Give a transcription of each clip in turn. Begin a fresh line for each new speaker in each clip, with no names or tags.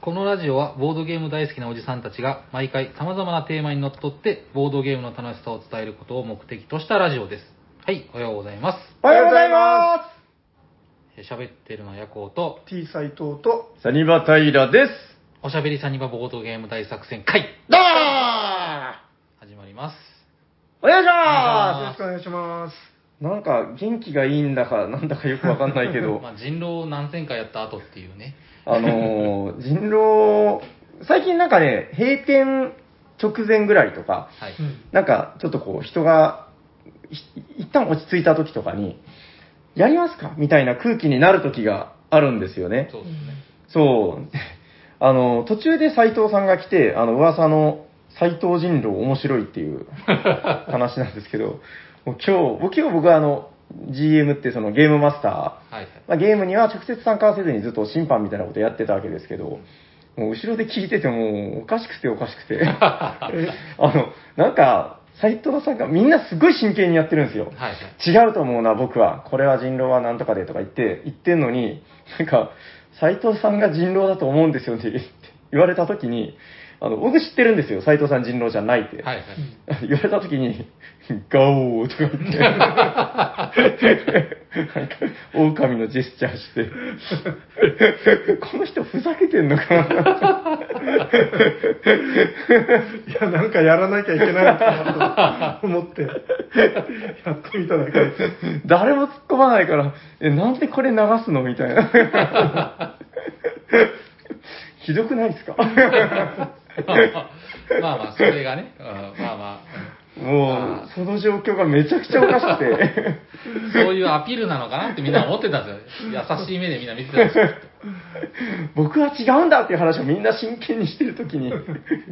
このラジオはボードゲーム大好きなおじさんたちが毎回様々なテーマにのっとってボードゲームの楽しさを伝えることを目的としたラジオです。はい、おはようございます。
おはようございま
えー喋ってるのはヤコウと、
す !T 斎藤と、
サニバタイラです。
おしゃべりサニバボードゲーム大作戦会
どうも
始まります。
お願いし
よろ
ま
しくお願いします。
すなんか元気がいいんだか、なんだかよくわかんないけど
ま、あ、人狼を何千回やった後っていうね。
あのー、人狼、最近なんかね、閉店直前ぐらいとか、
はい。
なんかちょっとこう人が、ひ一旦落ち着いた時とかに、やりますかみたいな空気になる時があるんですよね。
そうですね。
そう。あの、途中で斎藤さんが来て、あの、噂の斎藤人狼面白いっていう話なんですけど、もう今日、僕今日僕はあの、GM ってそのゲームマスタ
はいはい。
ー、まあ、ゲームには直接参加はせずにずっと審判みたいなことやってたわけですけど、もう後ろで聞いててもうおかしくておかしくて、あの、なんか、斎藤さんがみんなすごい真剣にやってるんですよ。
はいはい。
違うと思うな、僕は。これは人狼はなんとかでとか言って、言ってんのに、なんか、斎藤さんが人狼だと思うんですよって言われた時に、あの、僕知ってるんですよ、斎藤さん人狼じゃないって。
はいはい。
言われた時に、ガオーとか 言って、なんか、狼のジェスチャーして、この人ふざけてんのかな
いや、なんかやらなきゃいけないのかなと思 って、やってみただけです。
誰も突っ込まないから、え、なんでこれ流すのみたいな。 ひどくな いですか
まあ まあ、まあまあそれがね、うんまあま
もう、その状況がめちゃくちゃおかし くて。
あ、そういうアピールなのかなってみんな思ってたんですよ。優しい目でみんな見てたんですよ。
僕は違うんだっていう話をみんな真剣にしてると きに、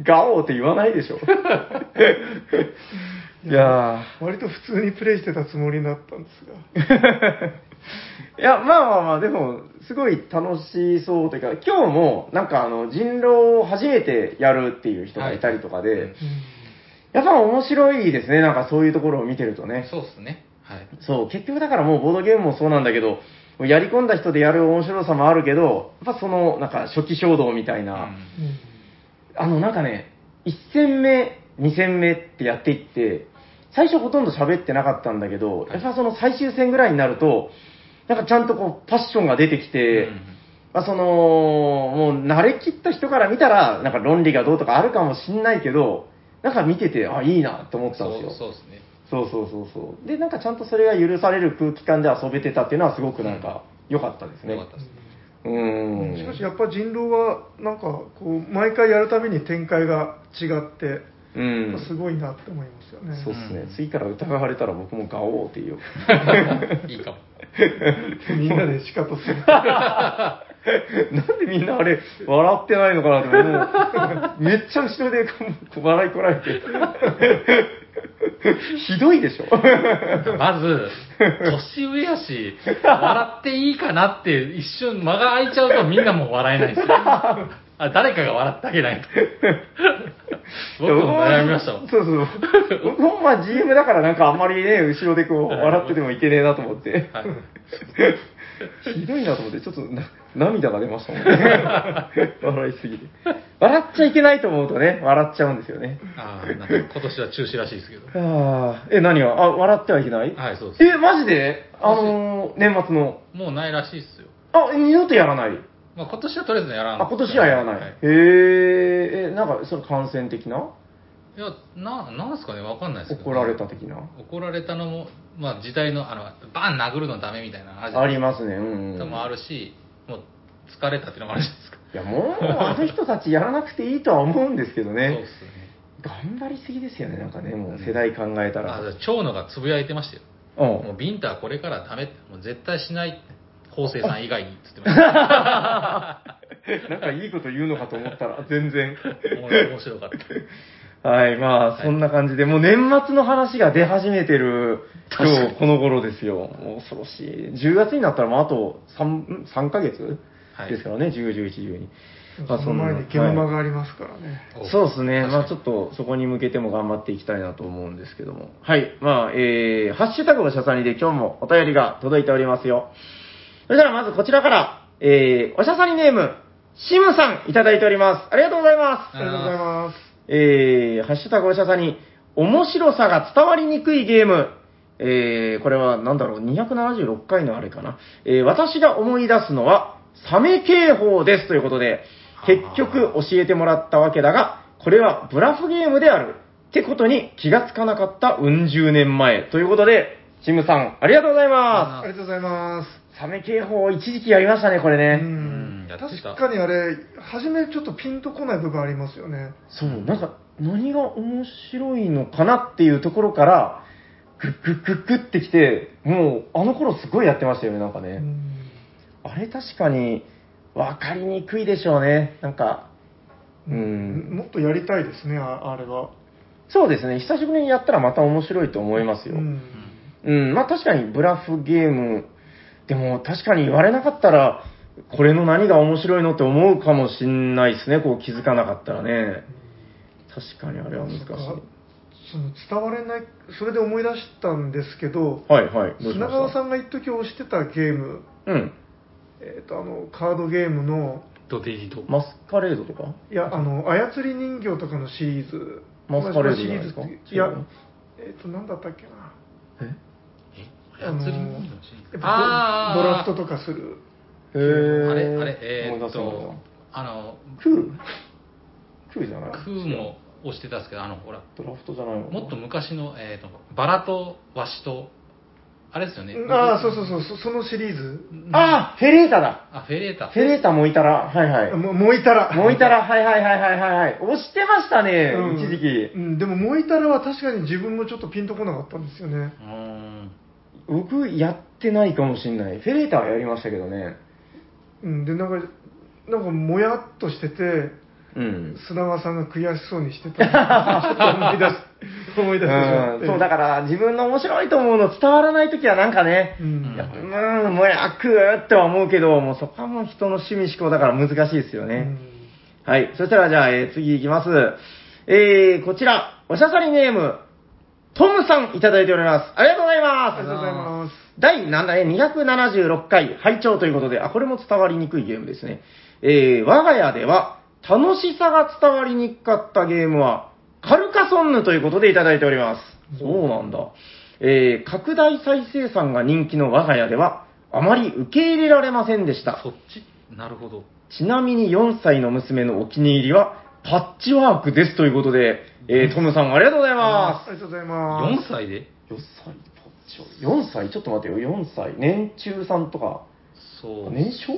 ガオーって言わないでしょ。いや
割と普通にプレイしてたつもりだったんです が。
ーいや、まあまあまあ、でも、すごい楽しそうというか、今日も、なんかあの、人狼を初めてやるっていう人がいたりとかで、
はいうん
やっぱ面白いですね、なんかそういうところを見てるとね。
そうですね。はい。
そう、結局だからもうボードゲームもそうなんだけど、やり込んだ人でやる面白さもあるけど、やっぱその、なんか初期衝動みたいな、
うん
あの、なんかね、1戦目、2戦目ってやっていって、最初ほとんど喋ってなかったんだけど、
はい
やっぱその最終戦ぐらいになると、なんかちゃんとこう、パッションが出てきて、まあその、もう慣れきった人から見たら、なんか論理がどうとかあるかもしんないけど、なんか見てて、あ、いいなと思ったんですよ。
そうそうですね。
そうそうそうそう。で、なんかちゃんとそれが許される空気感で遊べてたっていうのはすごくなんか良かったですね。
よかったですね。
うーん。
しかしやっぱ人狼は、なんかこう、毎回やるたびに展開が違って、
うん。
すごいなって思いますよね。
そう
っ
ですね、次から疑われたら僕もガオーって言う。
いいかも。
みんなで仕方 する。
なんでみんなあれ、笑ってないのかなって思う。めっちゃ後ろでこう笑いこられ て。ひどいでしょ
まず、年上やし、笑っていいかなって一瞬間が空いちゃうとみんなもう笑え ないんですよ。あ誰かが笑ってあげないと。僕も悩みましたもん。
そうそう。僕もまあ GM だからなんかあんまりね、後ろでこう笑っててもいけねえなと思って。
はい
ひどいなと思って、ちょっとな涙が出ましたもんね。 笑いすぎて。笑っちゃいけないと思うとね、笑っちゃうんですよね。
あーなんか今年は中止らしいですけど。
ああ、え、何があ、笑ってはいけない
はい、そうです。
え、マジであのー、年末の。
もうないらしいっすよ。
あ、二度とやらない。
まあ、今年はとりあえずやらな
あ、今年はやらない。
い
へえ、え、なんか、その感染的ない
や、な、なんすかね、わかんないですけど
怒
ね、
られた的な
怒られたのも、まあ、時代の、あの、バン殴るのダメみたいな話
ありますね。うん、うん。
ともあるし、もう、疲れたっていうのもあるじゃないですか。
いや、もう、あの人たちやらなくていいとは思うんですけど
そう
ね
っ。すね。
頑張りすぎですよね、なんかね、もう世代考えた
あ
ら。、
蝶野がつぶやいてましたよ。
う
もう、
ん。
ビンタはこれからダメって、もう絶対しないって。昴生さん以外にって言ってま した。
なんかいいこと言うのかと 思ったら、全然。
おも面白かった。
はい、まあ、そんな感じで、もう年末の話が出始めてる、
確かに
今日、この頃ですよ。もう恐ろしい。10月になったら、もうあと3、3ヶ月
はい
ですからね、10、11、12。まあ
その前にゲームマがありますからね。
そうですね。
確
ま
か
あちょっとそこに向けても頑張っていきたいなと思うんですけども。はい。まあ、えー、ハッシュタグのしゃさにで今日もお便りが届いておりますよ。それではまずこちらから、えー、おしゃさにネーム、シムさん、いただいております。ありがとうございます。
ありがとうございます。
えー、ハッシュタグおしゃさんに、面白さが伝わりにくいゲーム。えー、これはなんだろう、276回のあれかな。えー、私が思い出すのは、サメ警報ですということで、結局教えてもらったわけだが、これはブラフゲームである。ってことに気がつかなかったうん十年前。ということで、チムさん、ありがとうございま
ありがとうございます。
す。サメ警報、一時期やりましたね、これ
う
ね。
うん
ん
やってた
確かにあれ、初めちょっとピンとこない部分ありますよね。
そう、なんか、何が面白いのかなっていうところから、グッグッグッグッってきて、もう、あの頃すごいやってましたよね、なんかね。
うん
あれ確かに、わかりにくいでしょうね。なんか、うん。
もっとやりたいですね、ああれは。
そうですね、久しぶりにやったらまた面白いと思います
う
よ。
ん
うん、まあ確かにブラフゲーム、でも確かに言われなかったら、これの何が面白いのって思うかもしんないですね、こう気づかなかったらね。確かにあれは難しい。
そっかその伝われない、それで思い出したんですけど、
はいはい。どうしました
砂川さんが一時推してたゲーム、
うん。
えっ、と、あの、カードゲームの、
ドデジと。
マスカレードとか
いや、あの、操り人形とかのシリーズ。
マスカレード
シ
じゃ
リ
ない
ー
で
ズ
すか
っていや、えっ、と、なんだったっけな。
え
え操り人形
やっ
あ
ぱ
ー
ドドラフトとかする。
へー
あれあれえーっ
思
と
い
あの
出せないなクークーじゃない
クーも押してたんですけどあのほら
ドラフトじゃないの
もっと昔の、えー、とバラとワシとあれですよね
ああ、そうそうそう、そそのシリーズ。
ああフェレータだ
あフェレータ
フェレータもいたら、はいは
ももういたら。
い。もういたら、はいはいはいはいはいはい。押してましたね、
うん
一時期。
うん、でも、もういたらは確かに自分もちょっとピンとこなかったんですよね。
うーん
僕、やってないかもしんない。フェレータはやりましたけどね。
うん、で、なんか、なんか、もやっとしてて、
うん。
砂川さんが悔しそうにしてた のをちょっと思い出す、思い出してしまっ
う
て。
んそう、だから自分の面白いと思うの伝わらないときはなんかね、
うん
やっぱうーん、もやくーっては思うけど、もうそこはもう人の趣味思考だから難しいですよね。はい。そしたらじゃあ、えー次行きます。えー、こちら、おしゃさりネーム、トムさんいただいております。ありがとうござい
ありがとう
ま
ございます。
す。第7えー276回、拝聴ということで、あ、これも伝わりにくいゲームですね。えー、我が家では、楽しさが伝わりにくかったゲームは、カルカソンヌということでいただいております。そうなんだ。えー、拡大再生産が人気の我が家では、あまり受け入れられませんでした。
そっちなるほど
ちなみに4歳の娘のお気に入りは、パッチワークですということで、えートムさんありがとうございま。
ありがとうございます。
4歳です
4歳、パッチワーク。4歳ちょっと待ってよ、4歳。年中さんとか、
そう
年少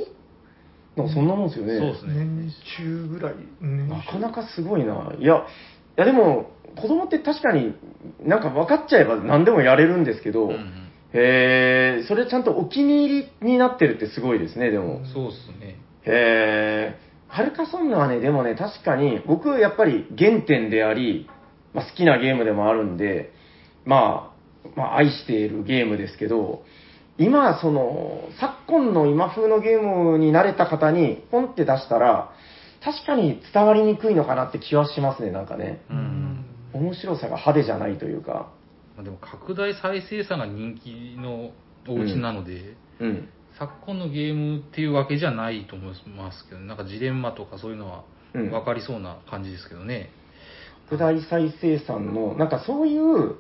なんかそんなもんですよね。
そうですね
年中ぐらい。年中
なかなかすごいな。いや、いやでも、子供って確かになんか分かっちゃえば何でもやれるんですけど、
うんうん
へえ、それちゃんとお気に入りになってるってすごいですね、でも。
そうっすね
へー、ハルカソンヌはね、でもね、確かに、僕、やっぱり原点であり、まあ、好きなゲームでもあるんで、まあ、まあ、愛しているゲームですけど、今、その、昨今の今風のゲームに慣れた方に、ポンって出したら、確かに伝わりにくいのかなって気はしますね、なんかね。
うんうん
面白さが派手じゃないというか。
まあでも拡大再生産が人気のお家なので、
うん。
昨今のゲームっていうわけじゃないと思いますけど、なんかジレンマとかそういうのは
うん
分かりそうな感じですけどね。
拡大再生産の、なんかそういう、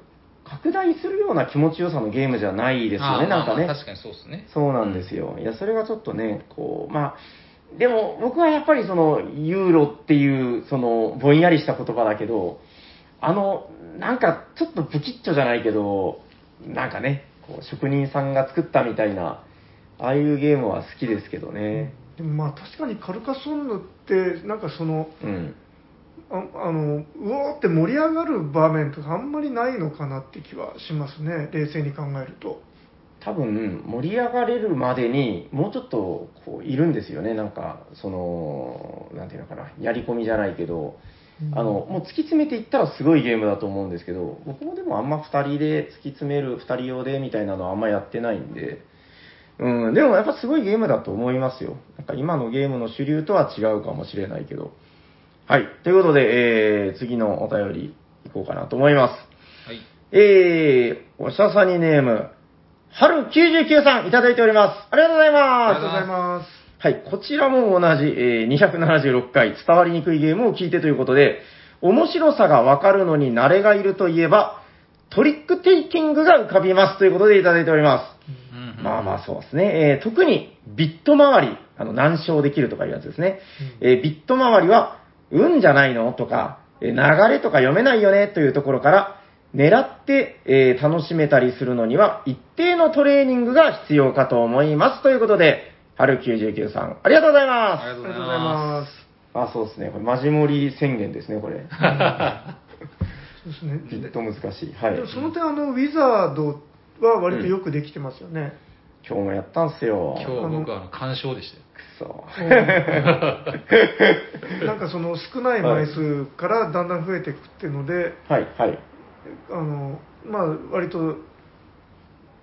拡大するような気持ちよさのゲームじゃないですよ
あ
ね、
ーま
なん
あ
か
ま
ね
あ。確かにそうですね。
そうなんですよ。いや、それがちょっとね、こう、まあ、でも僕はやっぱりその、ユーロっていう、その、ぼんやりした言葉だけど、あの、なんかちょっと不吉祥じゃないけど、なんかね、こう職人さんが作ったみたいな、ああいうゲームは好きですけどね。
でもまあ確かにカルカソンヌってなんかその
うん。
ああのうおーって盛り上がる場面とかあんまりないのかなって気はしますね冷静に考えると
多分、盛り上がれるまでに、もうちょっと、こう、いるんですよね。なんか、その、なんていうのかな、やり込みじゃないけど、あの、もう突き詰めていったらすごいゲームだと思うんですけど、僕もでもあんま2人で突き詰める、2人用でみたいなのはあんまやってないんで、うん、でもやっぱすごいゲームだと思いますよ。なんか今のゲームの主流とは違うかもしれないけど。はい。ということで、えー、次のお便りいこうかなと思います。
はい。
えー、おしゃさにネーム、はる99さんいただいております。ありがとうござい
あり
ま
が
す
とうございます
はい、こちらも同じ、えー276回、伝わりにくいゲームを聞いてということで、面白さがわかるのに慣れがいるといえば、トリックテイキングが浮かびますということでいただいております。
うんうん
まあまあそうですね。えー特にビット周り、あの、難消できるとかいうやつですね。えービット周りは、運じゃないのとか、えー流れとか読めないよねというところから、狙って、えー楽しめたりするのには、一定のトレーニングが必要かと思います。ということで、春99さん、ありがとうございます。
ありがとう
あり
ござい
がとうござい
ま
ます。
あ、そうですね。これ、マジモリ宣言ですね、こ れ。
そうですね。
きっと難しい。はい
で。もその点、あの、ウィザードは割とよくできてます よね。
今日もやったんすよ。
す。今日僕はあの鑑賞でしたよ。
くそ。
なんかその少ない枚数からだんだん増えていくっていうので、
はい、はい。
あの、まあ、割と、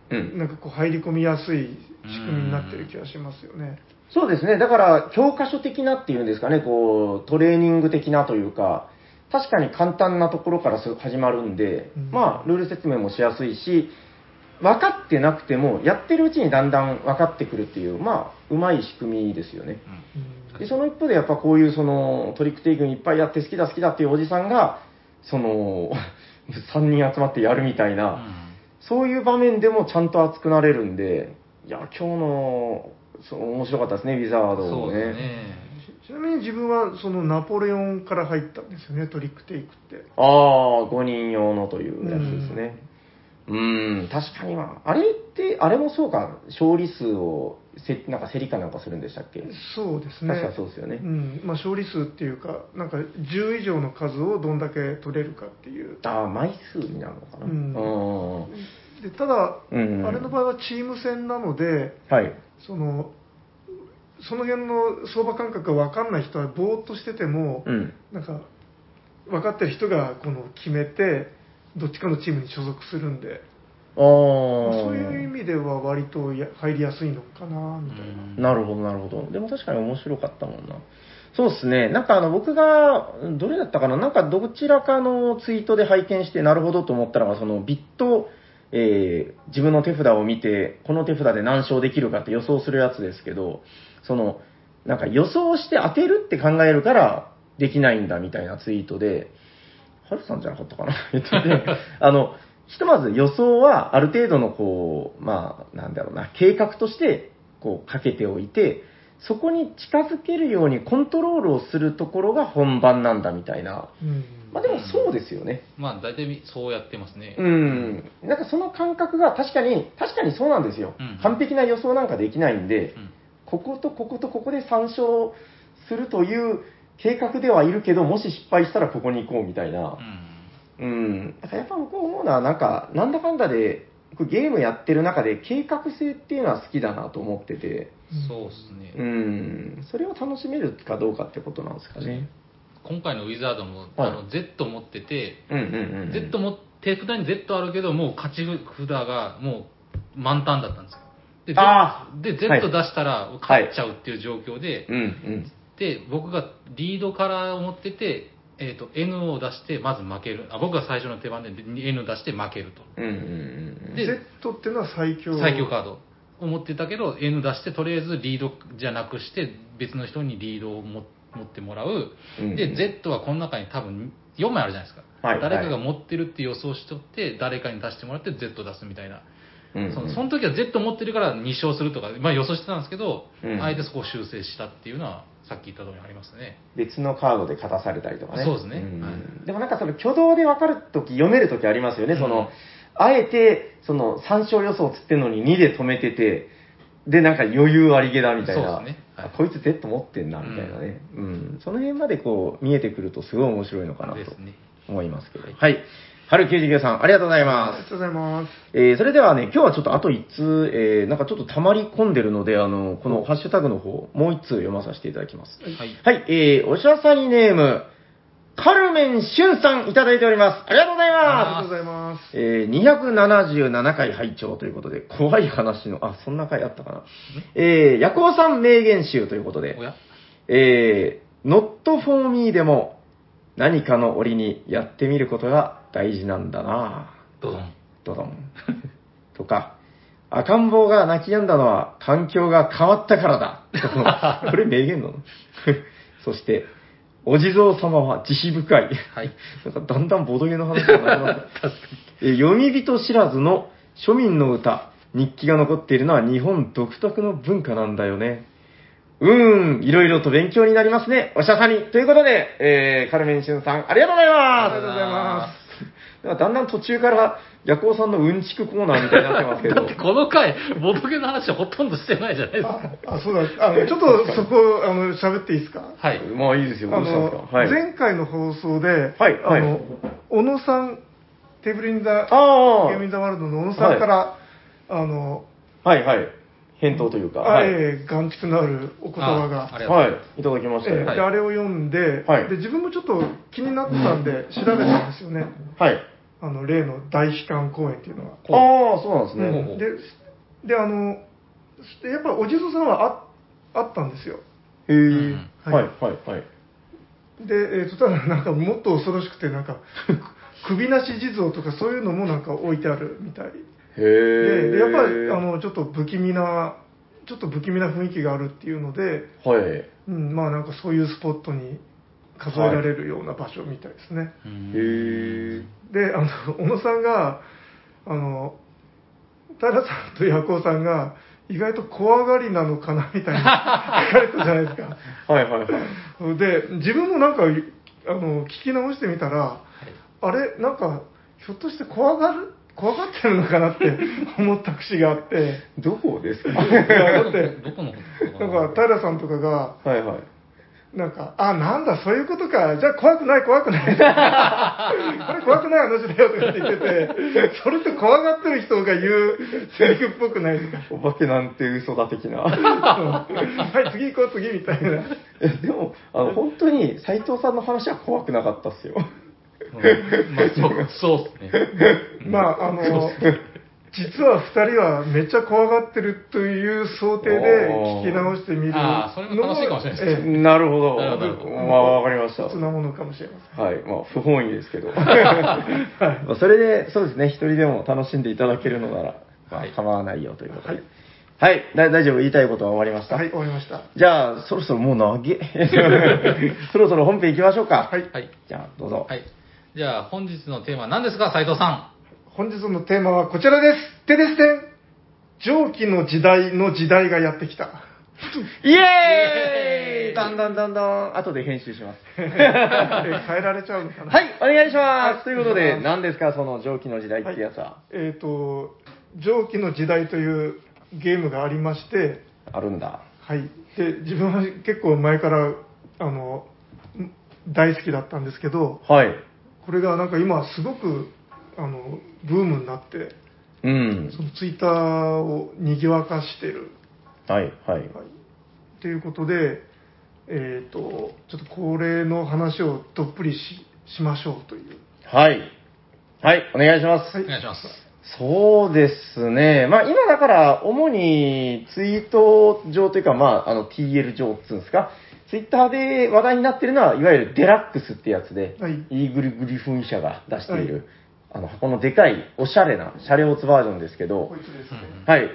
うん。
なんかこう入り込みやすい仕組みになってる気がしますよね。
そうですね。だから、教科書的なっていうんですかね、こう、トレーニング的なというか、確かに簡単なところからす始まるんで、
うん
まあ、ルール説明もしやすいし、分かってなくても、やってるうちにだんだん分かってくるっていう、まあ、うまい仕組みですよね。
うん
うん
でその一方でやっぱこういうそのトリックテイクにいっぱいやって好きだ好きだっていうおじさんがその 3人集まってやるみたいな、そういう場面でもちゃんと熱くなれるんでいや今日のそう面白かったですねウィザード
そ
も
う
ね
ですね。
ちなみに自分はそのナポレオンから入ったんですよね、トリックテイクって。
ああ5人用のというやつですねうんん確かにまああれってあれもそうか勝利数をせなんか競りかなんかするんでしたっけ
そうですね。
確かそうですよね
うんまあ、勝利数っていうか、なんか10以上の数をどんだけ取れるかっていう、
ああ枚数になるのかな
う
う
ん
ん
でただ、
うんうん
あれの場合はチーム戦なので、
はい
そのその辺の相場感覚が分かんない人は、ぼーっとしてても、
うん
なんか分かってる人がこの決めて、どっちかのチームに所属するんで、
ああ
まあそういう意味では、割とや入りやすいのかなみたいな。
うん
なるほど、なるほど。でも確かに面白かったもんな。そうですね。なんかあの、僕が、どれだったかななんかどちらかのツイートで拝見して、なるほどと思ったのが、そのビット、えー自分の手札を見て、この手札で何勝できるかって予想するやつですけど、その、なんか予想して当てるって考えるから、できないんだみたいなツイートで、ハルさんじゃなかったかな えっとね、 あの、ひとまず予想はある程度のこう、まあ、なんだろうな、計画として、こう、かけておいて、そこに近づけるようにコントロールをするところが本番なんだみたいな。
うん
まあでもそうですよね。
まあ大体そうやってますね。
うん。なんかその感覚が確かに、確かにそうなんですよ
うん。
完璧な予想なんかできないんで
う、ん
こことこことここで参照するという計画ではいるけど、もし失敗したらここに行こうみたいな
う。ん
うん、なんかやっぱ僕思うのは、なんか、なんだかんだで、僕ゲームやってる中で計画性っていうのは好きだなと思ってて、
そうですね。
うん、それを楽しめるかどうかってことなんですかね。
今回のウィザードも、
はい
あの Z 持ってて、
うんうんうん。
Z も手札に Z あるけど、もう勝ち札がもう満タンだったんですよ。で、
あ
で
はい
Z 出したら勝っちゃうっていう状況で、
うんうん。
で、僕がリードカラーを持ってて、えっと N を出して、まず負けるあ。僕が最初の手番で N を出して負けると。
うんうんうんうん。
で
Z っていうのは最強
最強カードを持ってたけど、N 出して、とりあえずリードじゃなくして、別の人にリードをも持ってもらう。
うん
で、Z はこの中に多分4枚あるじゃないですか。
はい
誰かが持ってるって予想しとって、誰かに出してもらって Z 出すみたいな。
うんうん
そのその時は Z 持ってるから2勝するとか、まあ予想してたんですけど、
うん
あえてそこを修正したっていうのは、さっき言った通りありますね。
別のカードで勝たされたりとかね。
そうですね
ん
は
でもなんかその挙動で分かるとき、読めるときありますよね。その、あえて、その、参照予想つってんのに2で止めてて、で、なんか余裕ありげだみたいな。
そうですねはい
あこいつ Z 持ってんな、みたいなね、うん。その辺までこう、見えてくるとすごい面白いのかなと
ですね。
思いますけど。はい。春99さん、ありがとうござい
あ
ます
りが。とうございます。
えーそれではね、今日はちょっとあと1通、えーなんかちょっと溜まり込んでるので、あの、このハッシュタグの方、もう1通読まさせていただきます。
はい。
はい、えー、おしゃさにネーム、カルメンシュンさんいただいております。ありがとうござい
あり
ま
がとうございます。
す。えー、277回拝聴ということで、怖い話の、あ、そんな回あったかな。えー、夜行さん名言集ということで
お、や
えー、not for me でも、何かの折にやってみることが大事なんだなぁ。
どうぞ。
ドドン。とか、赤ん坊が泣き止んだのは環境が変わったからだ。これ名言なの そして、お地蔵様は慈悲深い。
はい。
なんかだんだんボドゲの話がなくなって。 えー読み人知らずの庶民の歌、日記が残っているのは日本独特の文化なんだよね。うーん、いろいろと勉強になりますね、おしゃさに。ということで、えー、カルメンシュンさん、ありがとうございます。。
ありがとうございます
だんだん途中から、ヤコウさんのうんちくコーナーみたいになってますけ
だ
ど。
ってこの回、ボトゲの話ほとんどしてないじゃないですか。
あ、そうだ、あの、ちょっとそこ、あの、喋っていいですか
はい。
まあいいです
あ
よ、どうしたんです
の、
か。はい。
前回の放送で、
はいはい
あの、小野さん、テーブルインダー、
あ
ゲームインザワールドの小野さんから、あの、
あ、はいはい。返答というか、
あ
はい。
えー眼蓄のあるお言葉が
あありがとう
はい、いただきました
え
よ。
ー
はい。
であれを読んで,、
はい
で自分もちょっと気になってたんで調べたんですよねあの例の大悲観公演っていうのは、
ああ、そうなんです
ほう
ね。
ほう
でであのでやっぱお地蔵さんはああったんですよ
へ
うん
え。はいはいはい。
で、えーとただなんかもっと恐ろしくてな んか首なし地蔵とかそういうのもなんか置いてあるみたい
へ
で
え。
でやっぱりあ、のちょっと不気味なちょっと不気味な雰囲気があるっていうので、
はい。へ
うん、まあなんかそういうスポットに数えられるような場所みたいですね、
え。
であの小野さんがあの平さんとヤコウさんが意外と怖がりなのかなみたいに聞かれたじゃないですか
はいはいはい。
で自分もなんかあの聞き直してみたら、あれなんかひょっとして怖がる怖がってるのかなって思った節があって
どこです か
いやだって
どこの
なんか平さんとかが
はいはい。
なんか、あ、なんだ、そういうことか。じゃあ、怖くない、怖くない。これ怖くない話だよとかって言ってて、それって怖がってる人が言うセリフっぽくないですか。
お化けなんて嘘だ的な。
はい、次行こう、次、みたいな。
えでも、あの、本当に斎藤さんの話は怖くなかったっすよ。
うんまあ、そう、そうですね。
まあ、あの、実は二人はめっちゃ怖がってるという想定で聞き直してみるの
あーそれも楽しいかもしれないです
ええ
なるほど。
なるほど
まあ、わかりました。
普通なものかもしれま
はい、まあ、不本意です けど。まあそれで、そうですね、一人でも楽しんでいただけるのなら、ま
はい
あ、構わないよということで。は
はいい、
だ大丈夫、言いたいことは終わりまし
せ
た。
ん。はい、終わりました。
じゃあ、そろそろもう投 げ。そろそろ本編行きましょうか。
はい。
はい。
じゃあ、どうぞ。
はい。じゃあ、本日のテーマは何ですか、斉藤さ
本日のテーマはこちらです。てですてん蒸気の時代の時代がやってきた。
エー
イ
イ
エーイだんだんだんだん、後で編集します。
え変えられちゃうのかな。
はい、お願いします。ということ
は
で、
い
何ですか、その蒸気の時代ってやつは。
えっ、と、蒸気の時代というゲームがありまして、
あるんだ。
はい。で、自分は結構前から、あの、ん大好きだったんですけど、
はい。
これがなんか今すごく、あの、ブームになって、
うん。
そのツイッターを賑わかしてる、
はい、はい。
はい。ということで、えっ、と、ちょっと恒例の話をどっぷりししましょうという。
はい。はい、お願いします。
ん。お願いします。
そうですね。まあ今だから主にツイート上というかまああの TL 上っていうんですか。ツイッターで話題になってるのは、いわゆるデラックスってやつで、
はい
イーグルグリフン社が出している、
はい
あの箱のでかいおしゃれなシャレオツバージョンですけど、
こいつですね。
はい。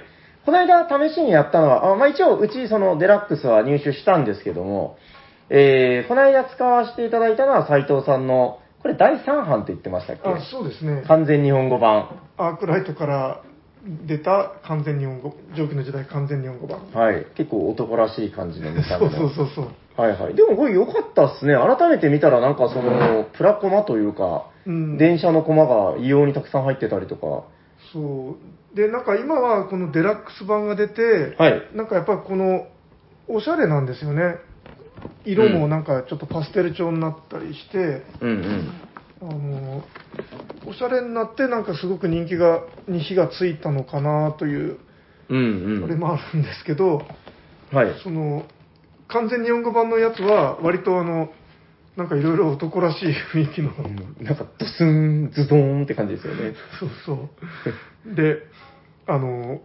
この間試しにやったのは、あまあ、一応うちそのデラックスは入手したんですけども、えー、この間使わせていただいたのは斉藤さんの、これ第3版って言ってましたっけ
あ、そうですね。
完全日本語版。
アークライトから出た完全日本語蒸気の時代完全日本語版
はい。結構男らしい感じの見た
そ
目
う
の。
そうそうそう
はいはい。でもこれ良かったっすね。改めて見たらなんかその、プラコマというか、
うん
電車のコマが異様にたくさん入ってたりとか。
そうでなんか今はこのデラックス版が出て、
はい。
なんかやっぱこのおしゃれなんですよね色もなんかちょっとパステル調になったりして、
うんうん。
あのおしゃれになってなんかすごく人気がに火がついたのかなという
うん
そうれ
ん。
もあるんですけど、
はい。
その完全日本語版のやつは割とあのなんかいろいろ男らしい 雰囲気の、
なんかドスン、ズドーンって感じですよね。
そうそう。で、あの、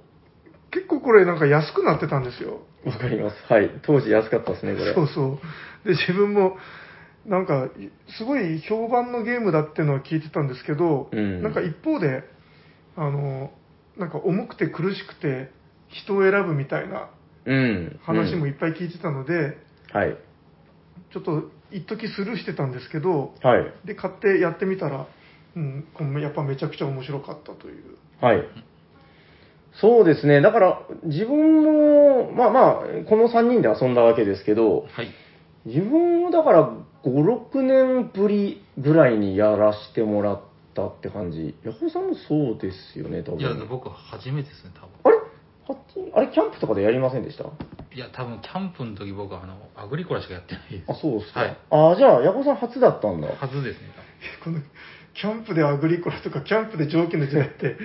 結構これなんか安くなってたんですよ。
わかります。はい。当時安かったですね、これ。
そうそう。で、自分も、なんか、いすごい評判のゲームだっていうのは聞いてたんですけど、
うん
なんか一方で、あの、なんか重くて苦しくて人を選ぶみたいな
うん。
話
い
もいっぱい聞いてたので、
はい。
ちょっと一時スルーしてたんですけど、
はい。
で、買ってやってみたら、うん、このやっぱめちゃくちゃ面白かったという。
はい。そうですね。だから、自分も、まあまあ、この3人で遊んだわけですけど、
はい。
自分もだから5、6年ぶりぐらいにやらしてもらったって感じ。ヤホーさんもそうですよね、多分。
いや、僕、初めてですね、多分。
あれはっきあれ、キャンプとかでやりませんでしたあ、
いや、多分、キャンプの時僕は、あの、アグリコラしかやってないです
そうですか。
はい
あじゃあ、ヤホーさん初だったんだ。
はずですね、
このキャンプでアグリコラとかキャンプで蒸気の時代って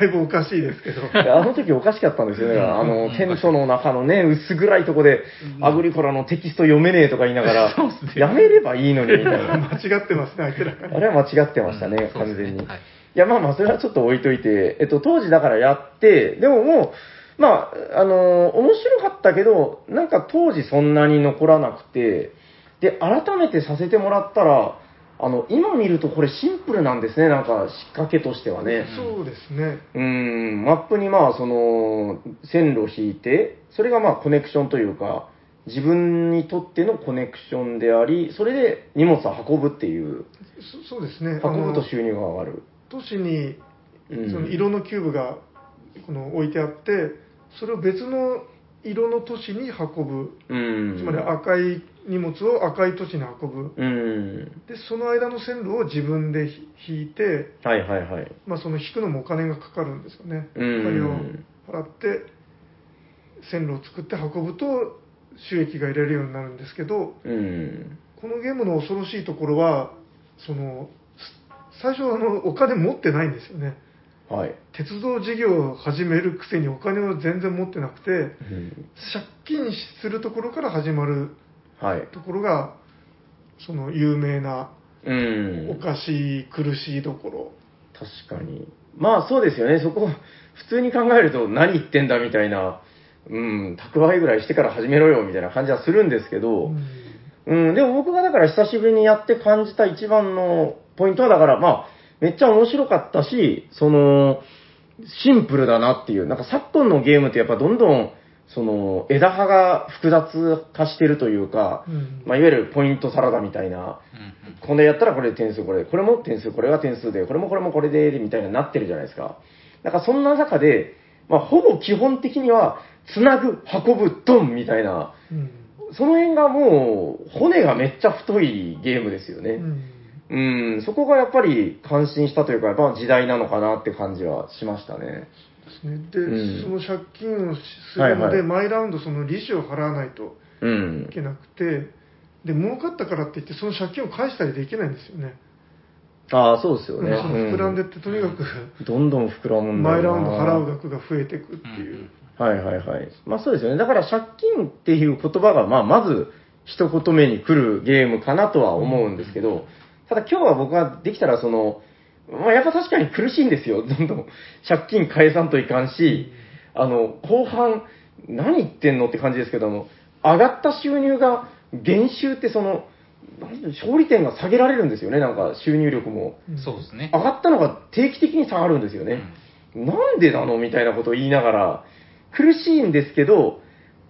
だいぶおかしいですけど、
あの時おかしかったんですよね。あの、テントの中のね、薄暗いとこで、アグリコラのテキスト読めねえとか言いながら
そうっ すね、
やめればいいのに、みたい な。
間違ってますね、明らか
あ
に。
れは間違ってましたね、
うんそうで
完
すね
全に。
はい
い、や、まあまあ、それはちょっと置いといて、えっと、当時だからやって、でももう、まあ、あのー面白かったけど、なんか当時そんなに残らなくて、で、改めてさせてもらったら、あの、今見るとこれシンプルなんですね、なんか仕掛けとしてはね。
そうですね。
うーん、マップにまあ、その、線路を引いて、それがまあ、コネクションというか、自分にとってのコネクションであり、それで荷物を運ぶっていう、
そそうですね。あ
運ぶ
の
と収入が上がる。
都市に
うん
その色のキューブがこの置いてあって、それを別の色の都市に運ぶ。
うん。
つまり赤い荷物を赤い都市に運ぶ。
うん。
で、その間の線路を自分で引いて、
はいはいはい。
まあ、その引くのもお金がかかるんですよね。お
うん
金を払って、線路を作って運ぶと収益が得られるようになるんですけど、
うん。
このゲームの恐ろしいところは、その、す最初はあのお金持ってないんですよね。
はい。
鉄道事業を始めるくせにお金を全然持ってなくて、
うん
借金するところから始まる
はい。
ところが、その有名な
うん。
おかしい、苦しいところ。
確かに。まあそうですよね、そこ、普通に考えると何言ってんだみたいな、うん、蓄えぐらいしてから始めろよみたいな感じはするんですけど、うん、でも僕がだから久しぶりにやって感じた一番のポイントは、だからまあ、めっちゃ面白かったし、その、シンプルだなっていう、なんか昨今のゲームってやっぱどんどん、その、枝葉が複雑化してるというか、
うん
まあ、いわゆるポイントサラダみたいな、
うんうん
これやったらこれ点数、これ、これも点数、これが点数で、これもこれもこれで、みたいになってるじゃないですか。だからそんな中で、まあ、ほぼ基本的には、つなぐ、運ぶ、ドンみたいな、
うん
その辺がもう、骨がめっちゃ太いゲームですよ
う
ね。
ん
うん、そこがやっぱり感心したというか、やっぱ時代なのかなって感じはしましたね。
ですねで、
うん
その借金をしするの
はいは
で、
い
毎ラウンドその利子を払わないと
うん
い。けなくて、で、儲かったからって言って、その借金を返したりできないんですよね。
ああ、そうですよ
うん
ね。
その膨らんでっ
う
て、とにかく、
んどんどん膨らむんだ
毎ラ
よ
ウンド
な
払う額が増えていくっていう。
はいはいはい。まあそうですよね。だから借金っていう言葉が、まあまず一言目に来るゲームかなとは思うんですけど、ただ今日は僕はできたらその、まあやっぱ確かに苦しいんですよ。ど んどん借金返さんといかんし、あの、後半何言ってんのって感じですけども、上がった収入が減収ってその、なんていうの勝利点が下げられるんですよね。なんか収入力も。
うんそうですね。
上がったのが定期的に下がるんですよね。なんでなのみたいなことを言いながら、苦しいんですけど、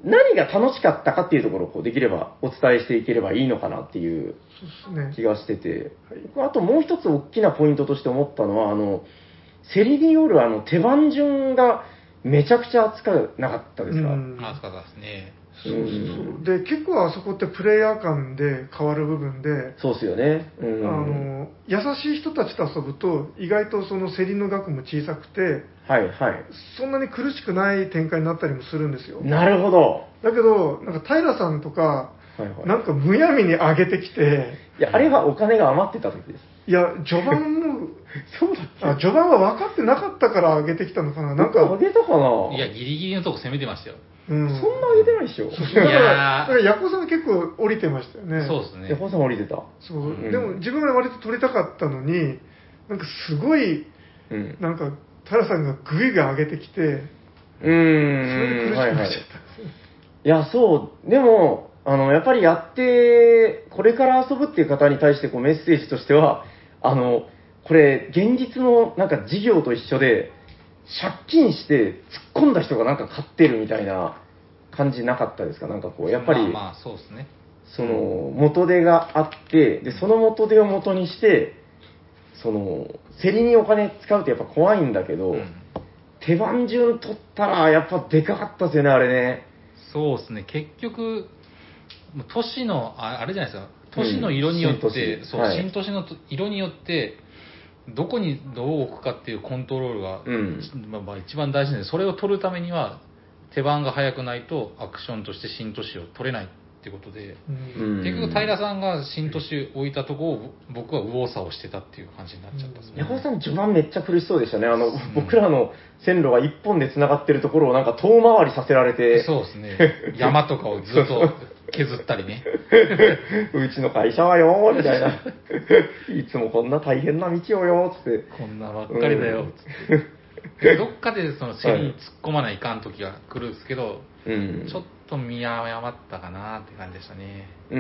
何が楽しかったかっていうところをこうできればお伝えしていければいいのかなっていう
そうですね。
気がしてて
はい、
僕あともう一つ大きなポイントとして思ったのは、あの、セリニオールあの手番順がめちゃくちゃ扱うなかったですか、
うん
あ、そうかそうですね。
そうそうそうで結構あそこってプレイヤー間で変わる部分で、
そうっすよね。うん。
あの優しい人たちと遊ぶと意外とその競りの額も小さくて
はいはい。
そんなに苦しくない展開になったりもするんですよ
なるほど。は
だけどなんか平さんとか
いはい。
なんかむやみに上げてきて
いや、あれはお金が余ってた時 です。
いや序盤 も
そうだっ
あ序盤は分かってなかったから上げてきたのかななん
僕あ
か、
げたかない
や、ギリギリのとこ攻めてましたよ。
うん、
そんなあげてないでしょ。
い
だからだ
や
からヤコさん結構降りてましたよね
そうですね
ヤ。ホーさん降りてた。
そう、
うん
でも自分は割と取りたかったのに、なんかすごい、
うん。
なんか、平さんがグイグイ上げてきて、
うー
それで苦
ん。
しく
はいは
ないっちゃったんですよね。
いや、そう。でも、あの、やっぱりやって、これから遊ぶっていう方に対してこうメッセージとしては、あの、これ、現実のなんか事業と一緒で、借金して突っ込んだ人がなんか勝ってるみたいな感じなかったですかなんかこう、やっぱり、
まあまあそうですね
その、元手があって、で、その元手を元にして、その、競りにお金使うとやっぱ怖いんだけど、
うん
手番順取ったら、やっぱでかかったですよね、あれね。
そうですね結局もう都市のああれじゃないですか都市の色によって、
うん新都市
そう
はい
新都市のと色によってどこにどう置くかっていうコントロールが、
うん。
まあ、まあ一番大事なんでそれを取るためには手番が早くないとアクションとして新都市を取れないってことで、
うん
うん
結局平さんが新都市置いたとこを僕は右往左往してたっていう感じになっちゃったんですね
ヤコさん、序盤めっちゃ苦しそうでしたね。あの、僕らの線路が一本で繋がってるところをなんか遠回りさせられて、
そうですね山とかをずっと削ったりね
うちの会社はよー、み たいな。いつもこんな大変な道をよー、つって。
こんなばっかりだよ、つってどっかでその競りに突っ込まないかん時が来るんですけど、
うん。
ちょっと見誤ったかなって感じでしたね
うー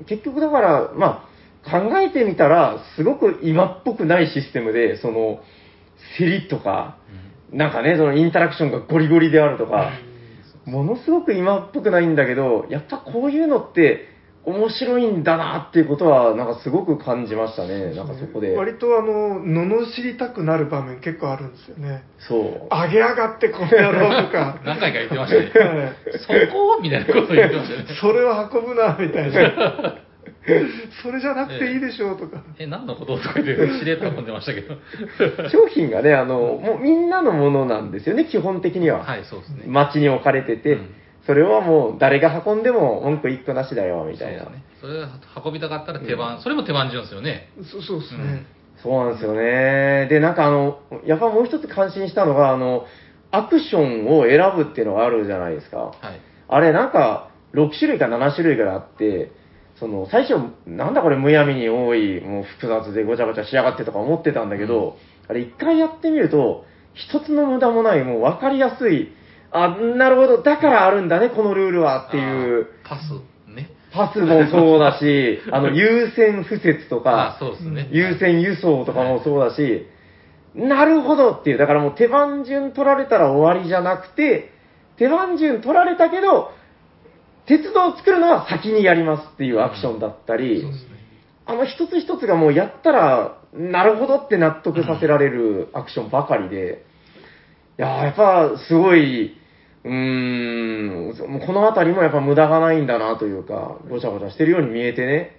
ん結局だから、まあ、考えてみたら、すごく今っぽくないシステムで、その、競りとか、なんかね、そのインタラクションがゴリゴリであるとか、ものすごく今っぽくないんだけど、やっぱこういうのって面白いんだなっていうことは、なんかすごく感じましたね、なんかそこで。
割とあの罵りたくなる場面結構あるんですよね
そう。
上げやがってこの野郎 とか
何回か言ってましたね
はい
そこみたいなこと言ってましたよね
それを運ぶなみたいな それじゃなくていいでしょうとか、
え何のこととか言ってしれっと思ってましたけ ど
商品がね、あの、もうみんなのものなんですよね、基本的には。
はいそうですね
街に置かれてて、
うん
それはもう誰が運んでも文句一個なしだよみたいな
そうですねそれ運びたかったら手番、それも手番順ですよね
そそうですね、
そう,、なんですよねでなんかあのやっぱもう一つ感心したのがあのアクションを選ぶっていうのがあるじゃないですか
はい
あれなんか6種類か7種類ぐらいあってその最初なんだこれむやみに多いもう複雑でごちゃごちゃしやがってとか思ってたんだけど、あれ一回やってみると一つの無駄もないもう分かりやすいあなるほどだからあるんだねこのルールはっていう
あーパスね
パスもそうだし、あの、優先敷設と
あ
か
ー、そうですね
優先輸送とかもそうだし、なるほどっていう、だからもう手番順取られたら終わりじゃなくて、手番順取られたけど、鉄道を作るのは先にやりますっていうアクションだったり、
そうですね
あの一つ一つがもうやったら、なるほどって納得させられるアクションばかりで、いやーやっぱすごい、うーん、この辺りもやっぱ無駄がないんだなというか、ごちゃごちゃしてるように見えてね、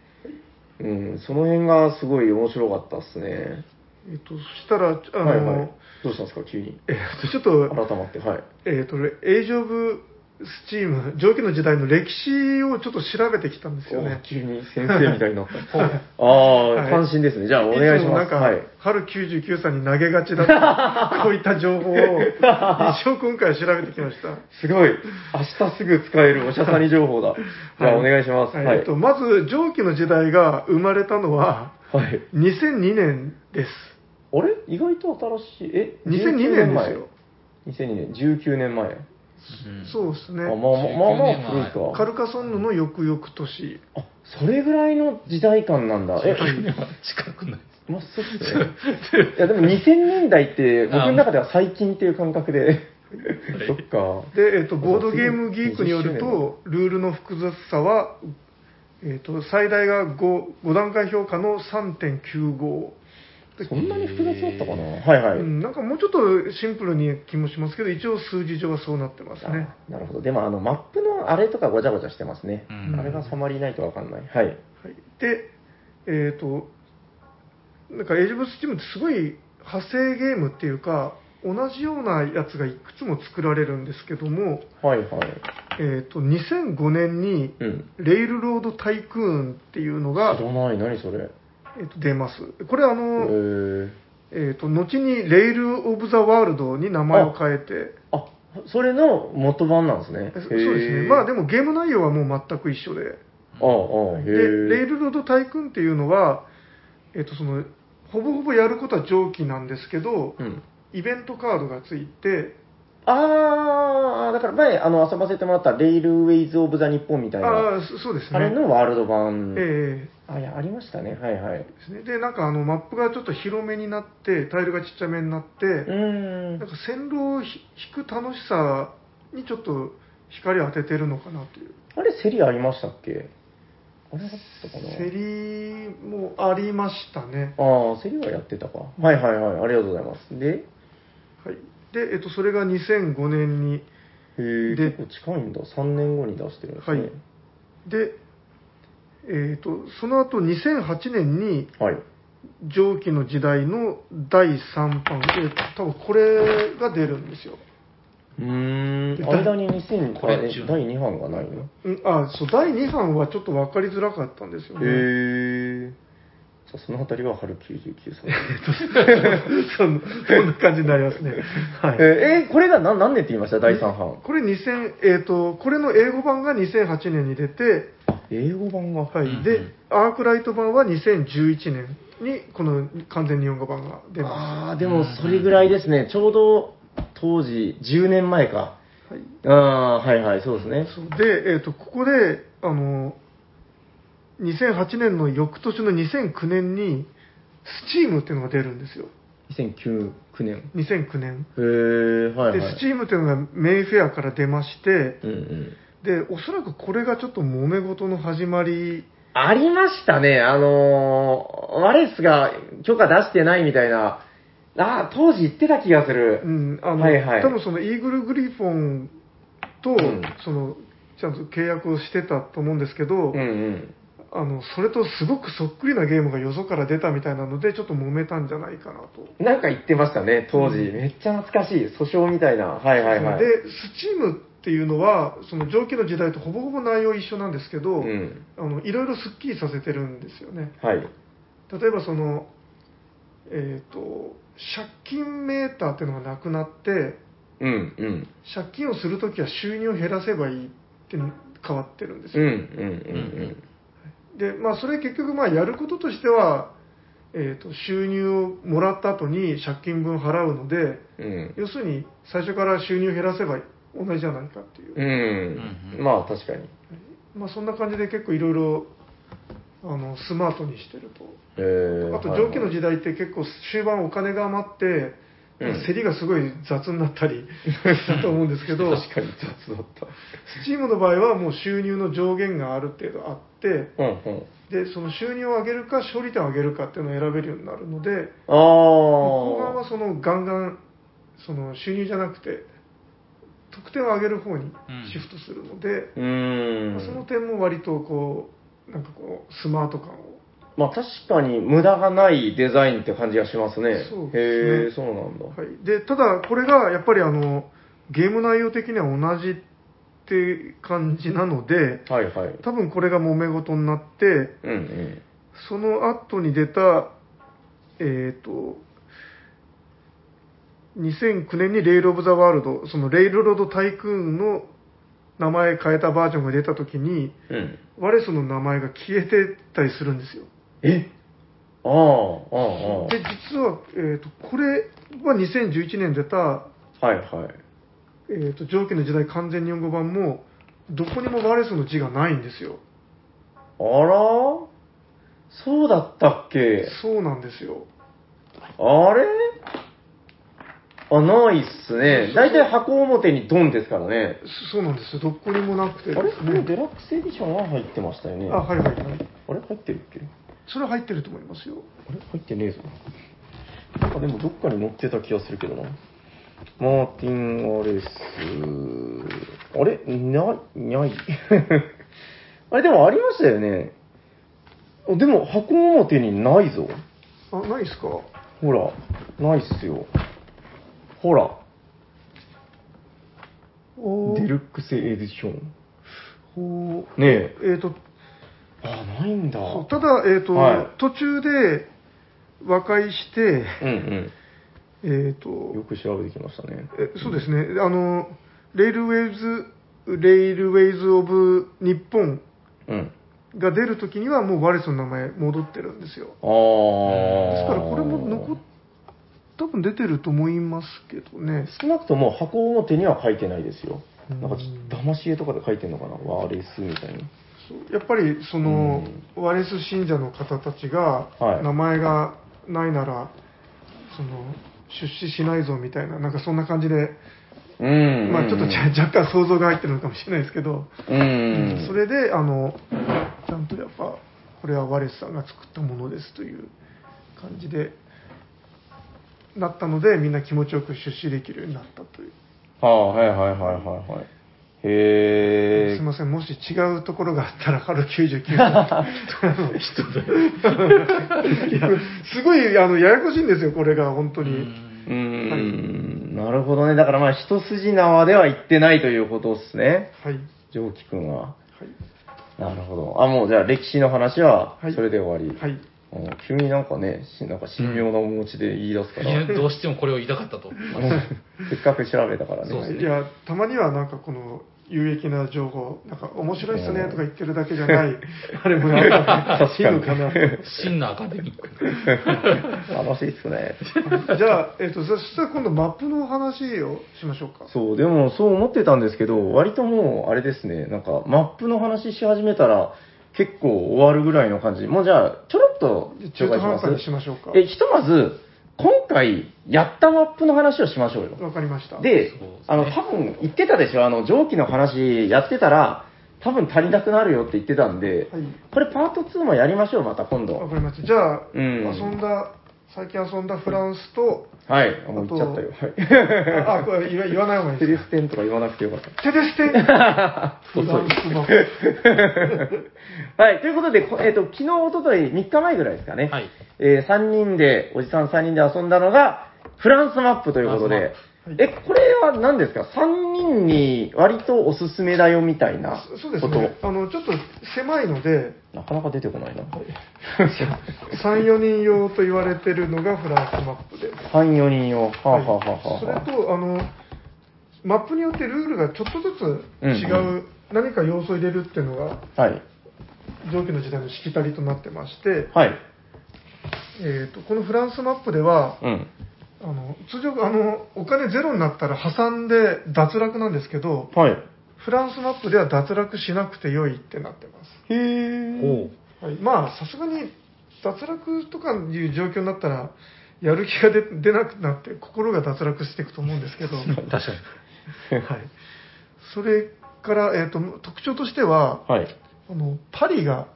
うん、その辺がすごい面白かったっすね。
えっと、そしたらあの、
はいはい。どうしたんですか、急に。
えっとちょっと
改まって、はい。
えっ、と、エイジ・オブ・スチーム、上記の時代の歴史をちょっと調べてきたんですよね
お。急に先生みたいになった。
はい
ああ、
はい
関心ですね。じゃあお願いし
つもな
ま
ん
す。
か、
はい。
春99さんに投げがちだ った、こういった情報を、一生今回調べてきました。
すごい。明日すぐ使えるおしゃさに情 報だ。じゃあお願いします。
は
はいい。
えっと、まず、上記の時代が生まれたのは、
はい。
2002年です。
あれ意外と新しい。え
2002
19
年ですよ。
前。2002年、19年前。
うん
そうですね
あ、まあ。まあまあまあ古い
カ
か。
ルカソンヌの翌々年。
あ、それぐらいの時代感なんだ。え、
近く ない
まあ、そうです ね。いや、でも2000年代って、僕の中では最近っていう感覚で。そっか。
で、えっとボードゲームギークによる
20周年
と、ルールの複雑さは、えっと最大が 5, 5段階評価の3.95、
そんなに複雑だったかな。はいはい。
うんなんかもうちょっとシンプルに気もしますけど、一応数字上はそうなってますね。
あなるほど。でも、あの、マップのあれとかごちゃごちゃしてますね。
うん
あれがサマリーないとわかんない。はい。
はい、で、えっ、と、なんかエイジブスチームってすごい派生ゲームっていうか、同じようなやつがいくつも作られるんですけども、
はいはい。
えっ、と、2005年に、
うん。
レイルロードタイクーンっていうのが
知、らない。何それ。
えっと出ます。これあ
え
の、
ー。
えっと後にレイル・オブ・ザ・ワールドに名前を変えて、
あ、それの元版なんですね。
そそうです
へ
ね、
ー
まあでもゲーム内容はもう全く一緒で、
ああ、ああ、へ
で
え。
レイル・ロード・タイクーンっていうのは、えっとそのほぼほぼやることは上記なんですけど、
うん。
イベントカードがついて、
ああ、だから前、あの、遊ばせてもらった、レイルウェイズ・オブ・ザ・日本みたいな、あ
ああ、そそうですね。
れのワールド版、
ええ
あ、いや、ありましたね。はいはい。
ですね。で、なんかあのマップがちょっと広めになって、タイルがちっちゃめになって、
うー
なん
ん。
か線路をひ引く楽しさにちょっと光当ててるのかなという。
あれ、競りありましたっけあれだったかな
競りもありましたね。
ああ、競りはやってたか。はいはいはい、ありがとうございます。で、
はい。で、えっと、それが2005年に、
えー、
で
結構近いんだ。3年後に出してるんですね。
で、えっと、その後2008年に、
はい。
蒸気の時代の第3版、えっと、多分これが出るんですよ。
うーん、
だ
間に2000、
これ
あえ
10
第2版がないの
うん、あ、そう、第2版はちょっと分かりづらかったんですよ
へ
ね。
え。じゃあそのあたりは春99さん。
そんそんな感じになりますね。はい。
えーえーこれが何何年って言いました第3版。
これ2000、えっ、と、これの英語版が2008年に出て、
英語版が。
は
うんうん
い。で、アークライト版は2011年に、この完全日本語版が出ま
ああ、でもそれぐらいですね。ちょうど当時、10年前か。
す。はい。
ああー、はいはい、そうですね。
そうで、えっ、と、ここで、あの、2008年の翌年の2009年に、スチームっていうのが出るんですよ。
2009 9年。
2009年。
へえ、はい
で
は、い。
スチームっていうのがメイフェアから出まして、
うんうん。
で、おそらくこれがちょっと揉め事の始まり
ありましたね。あのー、ワレスが許可出してないみたいな、ああ、当時言ってた気がする
う。ん、あの、
はいはい
多分そのイーグル・グリフォンと、
ん
そのちゃんと契約をしてたと思うんですけど、
うんうん。
あのそれとすごくそっくりなゲームがよそから出たみたいなのでちょっと揉めたんじゃないかなと、
なんか言ってましたね、当時。めっちゃ懐かしい。訴訟みたいな。はいはいはい。
でスチームっていうのはその上記の時代とほぼほぼ内容一緒なんですけど、
うん。
あのいろいろスッキリさせてるんですよね
はい。
例えばそのえっ、と借金メーターっていうのがなくなって
うんうん。
借金をするときは収入を減らせばいいって変わってるんです
うんう
よ、
んうん
でまあそれ結局まあやることとしては、えー、と収入をもらった後に借金分払うので
うん。うん。
要するに最初から収入減らせば同じじゃないかってい
う
う、
ん。
うん
まあ確かに。
まあそんな感じで結構いろいろあのスマートにしてると
えー、
あと
はいはい
上記の時代って結構終盤お金が余って
うん
競りがすごい雑になっ たりしたと思うんですけど
確かに雑だった。
スチームの場合はもう収入の上限がある程度あって
うんうん。
でその収入を上げるか勝利点を上げるかっていうのを選べるようになるので
ああ。
後半はそのガンガンその収入じゃなくて得点を上げる方にシフトするので、
う
まあその
ん。
点も割とこうなんかこうスマート感を
まあ確かに無駄がないデザインって感じがしますね。
そう
へ
で
え、
す
そうなんだ。
はい、でただ、これがやっぱりあのゲーム内容的には同じって感じなので、
はいはい。
多分これが揉め事になって、
うんうん。
その後に出た、えっ、と、2009年にレイル・オブ・ザ・ワールド、そのレイルロード・タイクーンの名前変えたバージョンが出た時に、
うん。
ワレスの名前が消えてたりするんですよ。
えああ、あ
で、実は、えっ、と、これは2011年出た
あ、ああ。はいはい。
えー、と上記の時代完全日本語版もどこにもワレスの字がないんですよ
あらそうだったっけ
そうなんですよ
あれあ、ないっすね。だいたい箱表にドンですからね。
そそうなんですよどこにもなく
あ
て
れ
で
こ
す
の
ね
デラックスエディションは入ってましたよね。
あはいはいはい
あれ入ってるっけ
それ入ってると思いますよ
あれ入ってねえぞ。なんかでもどっかに載ってた気がするけどな。マーティン・アレス。あれない、 ない。あれでもありましたよね。あでも箱表にないぞ。
あないですか
ほら、ないっすよ。ほら、
お
デ
ー
ルックスエディション。
おー
ねえ。
えっ、と
あ、ないんだ。
そう
う
ただえっ、と、
はい
途中で和解して
ん
えっ、
うん。よ
と
く調べてきましたね。
えそうですねあのレイルウェイズレイルウェイズ・オブ・日本
うん。
が出るときにはもうワレスの名前戻ってるんですよ
ああ。
ですからこれも残っ多分出てると思いますけどね
少なくとも箱表には書いてないですよ。
うん
なんかちょっと騙し絵とかで書いてんのかな、ワーレスみたいに。
そうやっぱりそのワレス信者の方たちが
はい
名前がないならその出資しないぞみたいななんかそんな感じで
うん。
まあちょっとちゃ若干想像が入ってるのかもしれないですけど、
うん。
それで、あの、ちゃんとやっぱ、これはワレスさんが作ったものですという感じで、なったので、みんな気持ちよく出資できるようになったという。
はあ、はいはいはいはいはい。へえ。
すいません、もし違うところがあったら、ハロ99いやすごいあのややこしいんですよ、これが、本当に。
うーん。なるほどね。だからまあ、一筋縄では言ってないということですね。
はい。はい。
蒸気くんは。なるほど。あ、もうじゃあ歴史の話は
はい、
それで終わり。
はい。
うん急になんかね、しなんか神妙な面持ちで言い出すから、
どうしてもこれを言いたかったと。
せっかく調べたからね。
そうですね
いや、たまにはなんかこの、有益な情報、なんか面白いっすねとか言ってるだけじ ゃない、あれもなんか、いいのかな。
真のアカデミック。
楽しいっすね。
じゃあ、えっと、そしたら今度マップの話をしましょうか。
そう、でもそう思ってたんですけど、割ともう、あれですね、なんか、マップの話し始めたら、結構終わるぐらいの感じ。もうじゃあ、ちょろっと
じゃあ中
紹介し
途半
ます
端にしましょうか。
え、ひとまず、今回、やったマップの話をしましょうよ。
わかりました。
で
そうですね、
あの、多分言ってたでしょ、あの、蒸気の話やってたら、多分足りなくなるよって言ってたんで、
はい。
これパート2もやりましょう、また今
わ
度。
かりました。じゃあ、
うん
遊んだ、最近遊んだフランスと、
はい、あもう言っちゃったよ。はい
あ、これ言わ言わない方がいい
テ
で
レ
す。
ステンとか言わなくてよかった。
テレス テンフランスの。
はい、ということで、こえっ、と、昨日、おととい、3日前ぐらいですかね。
はい。
え3人で、おじさん3人で遊んだのが、フランスマップということで
フランスマッ。プ
え、これは何ですか ?3 人に割とおすすめだよみたいなこと。
そうですね。あの、ちょっと狭いので、
なかなか出てこ ないな。
3、4人用と言われてるのがフランスマップで。
3、4人を。はあ、はあはあは
それ
あ、
とあのマップによってルールがちょっとずつ違う、
うんう
何か要素を入れるっていうのが
はい。
上記の時代のしきたりとなってまして、
はい。
えー、とこのフランスマップでは
うん。
あの通常あのお金ゼロになったら破産で脱落なんですけど
はい。
フランスマップでは脱落しなくてよいってなってま
へえ。
お
す、はい、まあさすがに脱落とかいう状況になったらやる気が出出なくなって心が脱落していくと思うんですけど
確か
はい、それから、えー、と特徴としては
はい。
あのパリが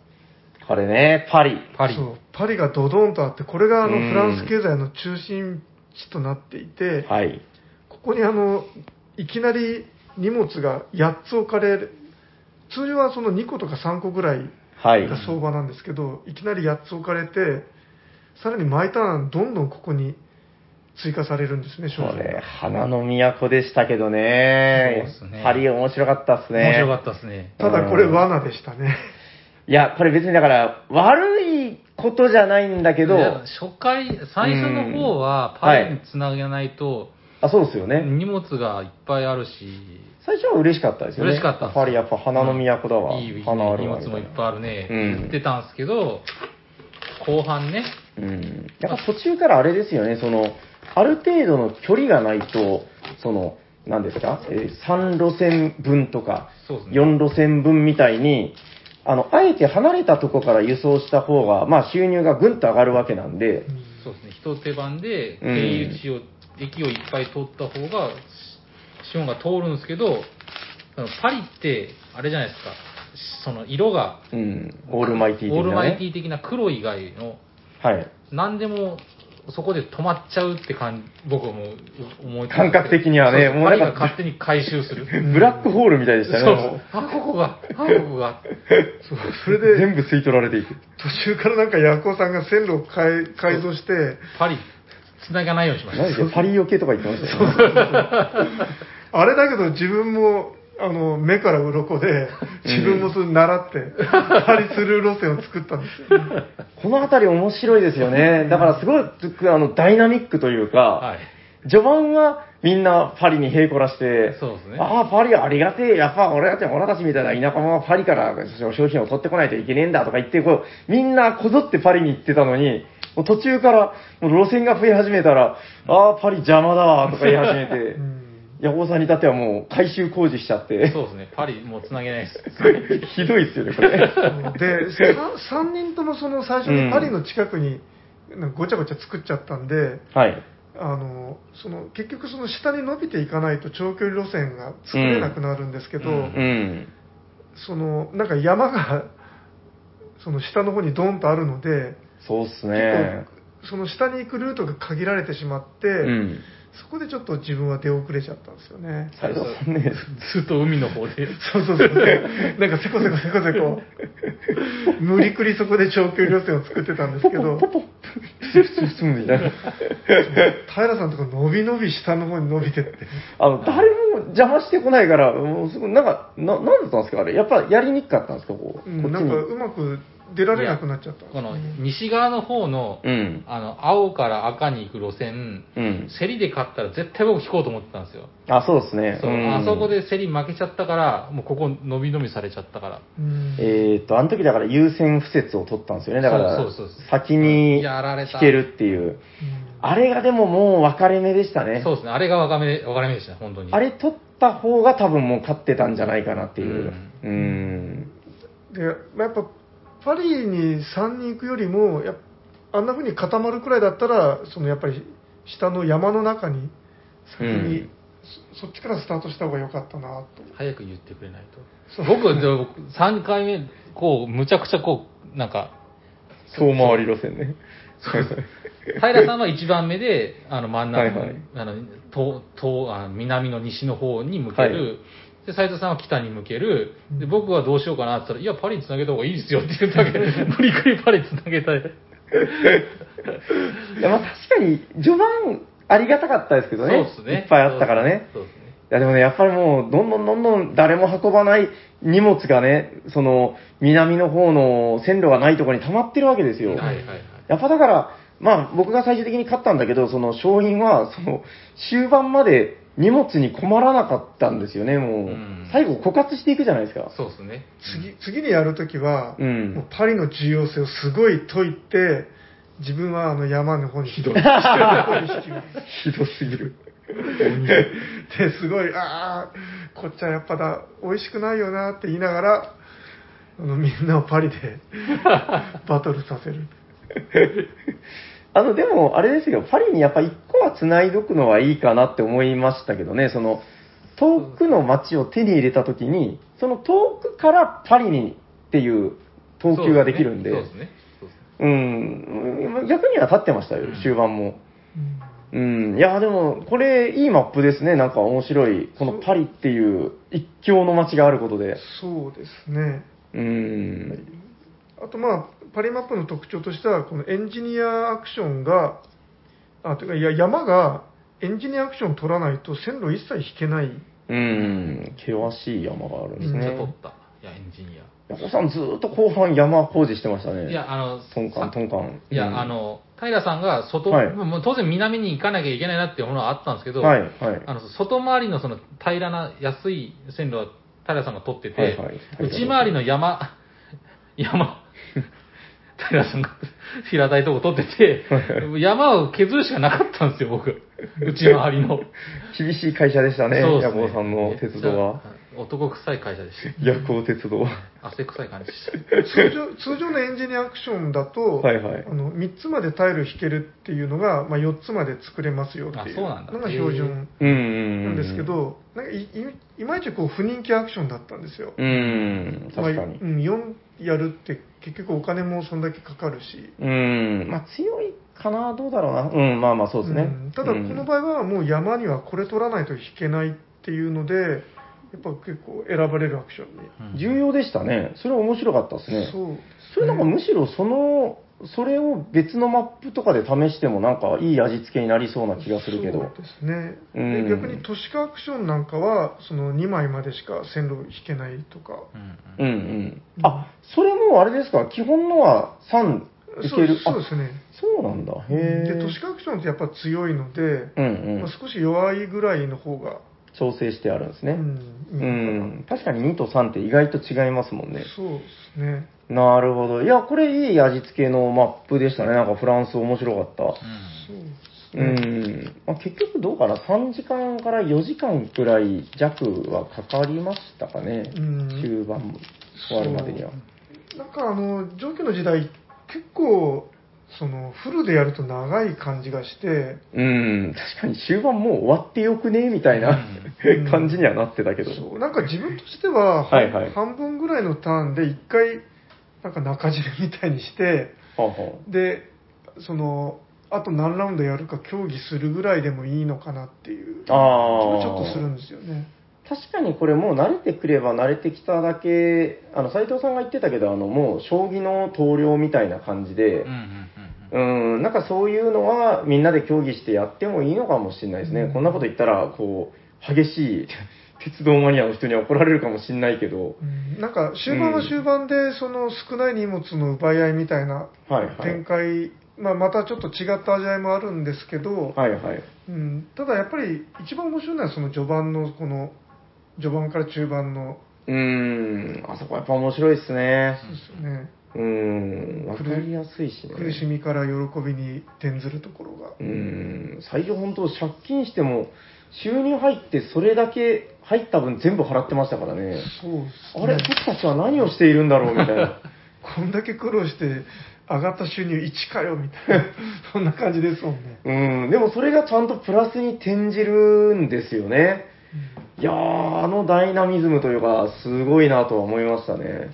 これね、パリ。
に。パリ
そ。うパリがドドンとあってこれがあの
うん
フランス経済の中心地となっていて、
はい。
ここにあのいきなり荷物が8つ置かれる通常はその2個とか3個ぐらい
はい。
が相場なんですけど、い、きなり8つ置かれてさらに毎ターンどんどんここに追加されるんですね商
こ
品
れ、
が
花の都でしたけどね。
そうっすね
パリ面白かったっすね。
面白かったですね。
ただこれ罠でしたね
いや、これ別にだから、悪いことじゃないんだけど
い、や初回、最初の方は
うん
パリにつなげないと、
あ、そうですよね。
荷物がいっぱいあるし、
最初は嬉しかったですよね。
嬉しかったす
パリやっぱ花の都だわ。
いい
花あ
荷
るわ。
物もいっぱいあるね、
うん
言ってたんですけど、後半ね、
うん。やっぱ途中からあれですよね、その、ある程度の距離がないと、その、何ですか、えー、3路線分とか、
そうですね。
4路線分みたいに、あの、あえて離れたとこから輸送した方が、まあ収入がぐんと上がるわけなんで、
そうですね、一手番で
う
経
ん
由地を、駅をいっぱい通った方が、資本が通るんですけど、あのパリって、あれじゃないですか、その色が、
うん、オールマイティー的な、ね。
オールマイティ的な黒以外の、
はい。
何でもそこで止まっちゃうって感じ、僕はもう思い
感覚的にはね
も
も
う
う
パ
な
リ
ん
が
か
勝手に回収する。
ブラックホールみたいでし
そ
た
う
ね。
そう
もう
あ、ここが、あ、ここが。
そうそれで
全部吸い取られていく。
途中からなんかヤコウさんが線路を改改造して、
パリ、繋がないようにしました。
何でしょうパリよけとか言ってましたよ、ね。
あれだけど自分も、あの、目から鱗で、自分もそれ習 って、パリスルー路線を作ったんですよね、
この辺り面白いですよね。だからすごい、あの、ダイナミックというか、
はい。
序盤はみんなパリに平こらして、
そうですね
ああ、パリありがてえ、やっぱ俺だって俺たちみたいな田舎者はパリから商品を取ってこないといけねえんだとか言って、こう、みんなこぞってパリに行ってたのに、もう途中からもう路線が増え始めたら、ああ、パリ邪魔だわとか言い始めて
う、ん
ヤホーさんに至ってはもう改修工事しちゃって、
そうですね。パリ、もう繋げないです。
ひどいっすよね、これ。
で、3人ともその最初にパリの近くに、なんかごちゃごちゃ作っちゃったんで、
はい。
あのその結局その下に伸びていかないと長距離路線が作れなくなるんですけど、
うんう
うん。
そのなんか山がその下の方にドンとあるので
そうっすね。
その下に行くルートが限られてしまって、
うん。
そこでちょっと自分は出遅れちゃったんですよね。
斉藤さんね、
ずっと海の方で。
そうそうそう。なんかせこせこせこせこ。無理くりそこで長距離路線を作ってたんですけど、
ポポッ プスプスみたいな。
平さんとか伸び伸び下の方に伸びてって。
あの、誰も邪魔してこないから、もうすごい、なんか、な、なんだったんですかあれ。やっぱやりにくかったんですかこう。
う
こっち
んなん
に
か。うまく出られなくなっちゃったんです
この
ね、
西側の方の、
うん。
あの、青から赤に行く路線、
うん。
競りで勝ったら絶対僕引こうと思ってたんですよ。
あ、そうですね。
そう、
ん
あそこ。で競り負けちゃったから、もうここ伸び伸びされちゃったから。
うん
えーっと、あの時だから優先不説を取ったんですよね。だから
そうそうそうそう、
先に
やられた
引けるっていう。あれがでももう分かれ目でしたね。
そうですね、あれが分かれ目分かれ目でした、本当に。
あれ取った方が多分もう勝ってたんじゃないかなっていう。うーん。
で、まあ、やっぱパリに3人行くよりもやっあんな風に固まるくらいだったらそのやっぱり下の山の中に先に、
うん
そそっちからスタートした方が良かったなと
早く言ってくれないと。
そう
僕、でも3回目、こう、むちゃくちゃこう、なんか、
そう回り路線ね。そうそう。
平さんは1番目で、あの、真ん中の、
はいはい
あの、東、東、あの南の西の方に向ける、で、斉藤さんは北に向ける、で、僕はどうしようかなって言ったら、いや、パリに繋げた方がいいですよって言ったわ けで、無理くりパリに繋げたい。
いやまあ確かに、序盤ありがたかったですけどね。
そうですね。
いっぱいあったからね。
そうですね。
いやでもね、やっぱりもう、どんどんどんどん誰も運ばない荷物がね、その、南の方の線路がないところに溜まってるわけですよ。
はいはいはい。
やっぱだから、まあ僕が最終的に勝ったんだけど、その商品は、その、終盤まで荷物に困らなかったんですよね、もう。
うん
最後枯渇していくじゃないですか。
そうですね。
次次にやるときは、
うん
もうパリの重要性をすごい解いて自分はあの山の方にひどい
ひどすぎる。
ですごいああこっちはやっぱだ美味しくないよなって言いながらあのみんなをパリで バトルさせる
あの、でも、あれですよ、パリにやっぱ一個は繋いどくのはいいかなって思いましたけどね、その、遠くの街を手に入れたときに、その遠くからパリにっていう投球ができるんで、
そうですね。そうですね
うん、逆には立ってましたよ
うん、
終盤も。うん、いや、でも、これ、いいマップですね、なんか面白い。このパリっていう一強の街があることで。
そうですね
うん。
あとまあパリマップの特徴としてはこのエンジニアアクションがあというかいや山がエンジニアアクション取らないと線路一切引けない
うん、険しい山があるんです
めっちゃ
ね。
取った。いや、エンジニア。
ヤコさん、ずーっと後半山工事してましたね。
いや、あの、
トンカン、トンカン。
いや、
うん
あ、の、平さんが外、
はい
もう当然南に行かなきゃいけないなっていうものはあったんですけど、
はい、はい。
あの外回りのその平らな安い線路は平さんが取ってて、
はいはい
内回りの山、 山、平さんが平たいとこ取ってて、山を削るしかなかったんですよ、僕。内回りの。
厳しい会社でしたね、
そうで
ヤ
すね
コさんの鉄道は。。
めっちゃ男臭い会社でし
夜行鉄道は。
た。汗臭い感じでした。
通常通常のエンジニアアクションだと、
はいはい
あの3つまでタイル引けるっていうのが、まあ、4つまで作れますよってい
あ
う
そうなんだ
のが標準
うんうん。う
なんですけ。ど、なんかいいいまいちこう不人気アクションだったんですよ、
うん、確か
まあ
に。
うん、4やるって結局お金もそんだけかかるし、
うん、まあ強いかな、どうだろうな。うん、まあまあそうですね
ん。ただこの場合はもう山にはこれ取らないと引けないっていうのでやっぱ結構選ばれるアクションに、
うん
重要でしたね。それは面白かったですね。
そう
それなんかむしろその、それを別のマップとかで試してもなんかいい味付けになりそうな気がするけ
そう
ど。
ですね、
うん
で逆に都市化アクションなんかはその2枚までしか線路引けないとか、
うんうん
うんうん。あ、それもあれですか基本のは3い
そう
ける。
そうで
あ、
すね
そうなんだ。へえ。
で都市化アクションってやっぱ強いので、
うんう
まあ
ん。
少し弱いぐらいの方が、
調整してあるんです
う
ね。
ん
う
いいのか
ん。確かに2と3って意外と違いますもん
な
ね。
そうですね
なるほど。いや、これいい味付けのマップでしたね。なんかフランス面白かった。
そう
うん。まあ、結局どうかな ?3 時間から4時間くらい弱はかかりましたかね。
うん
中盤終わるまでには。
なんかあの上記の時代結構その、フルでやると長い感じがして、
うん、確かに終盤もう終わってよくねみたいな
うん
感じにはなってたけど。
そうなんか自分としては、
はいはい
半分ぐらいのターンで一回、なんか中締めみたいにして、
はあは
で、その、あと何ラウンドやるか協議するぐらいでもいいのかなっていう気
あー
がちょっとするんですよね。
あ確かにこれもう慣れてくれば慣れてきただけ、あの、斉藤さんが言ってたけど、あの、もう将棋の投了みたいな感じで、うん、なんかそういうのはみんなで協議してやってもいいのかもしれないですね。こんなこと言ったら、こう、激しい 鉄道マニアの人に怒られるかもしれないけど、
うんなんか終盤は終盤で、その少ない荷物の奪い合いみたいな
はいはい。
展開、まあ、またちょっと違った味わいもあるんですけど、
はいはい。
うん、ただやっぱり一番面白いのはその序盤のこの序盤から中盤の
うーん、あそこやっぱ面白いですね。
ですよね
うーん、わかりやすいしね。
苦しみから喜びに転ずるところが、
うーん、最初本当借金しても、収入入ってそれだけ入った分全部払ってましたからね。
そうっすね
あれ、僕たちは何をしているんだろうみたいな。
こんだけ苦労して上がった収入1かよみた いなそんな感じですもんね、
うん、でもそれがちゃんとプラスに転じるんですよね。いやー、あのダイナミズムというか、すごいなとは思いましたね。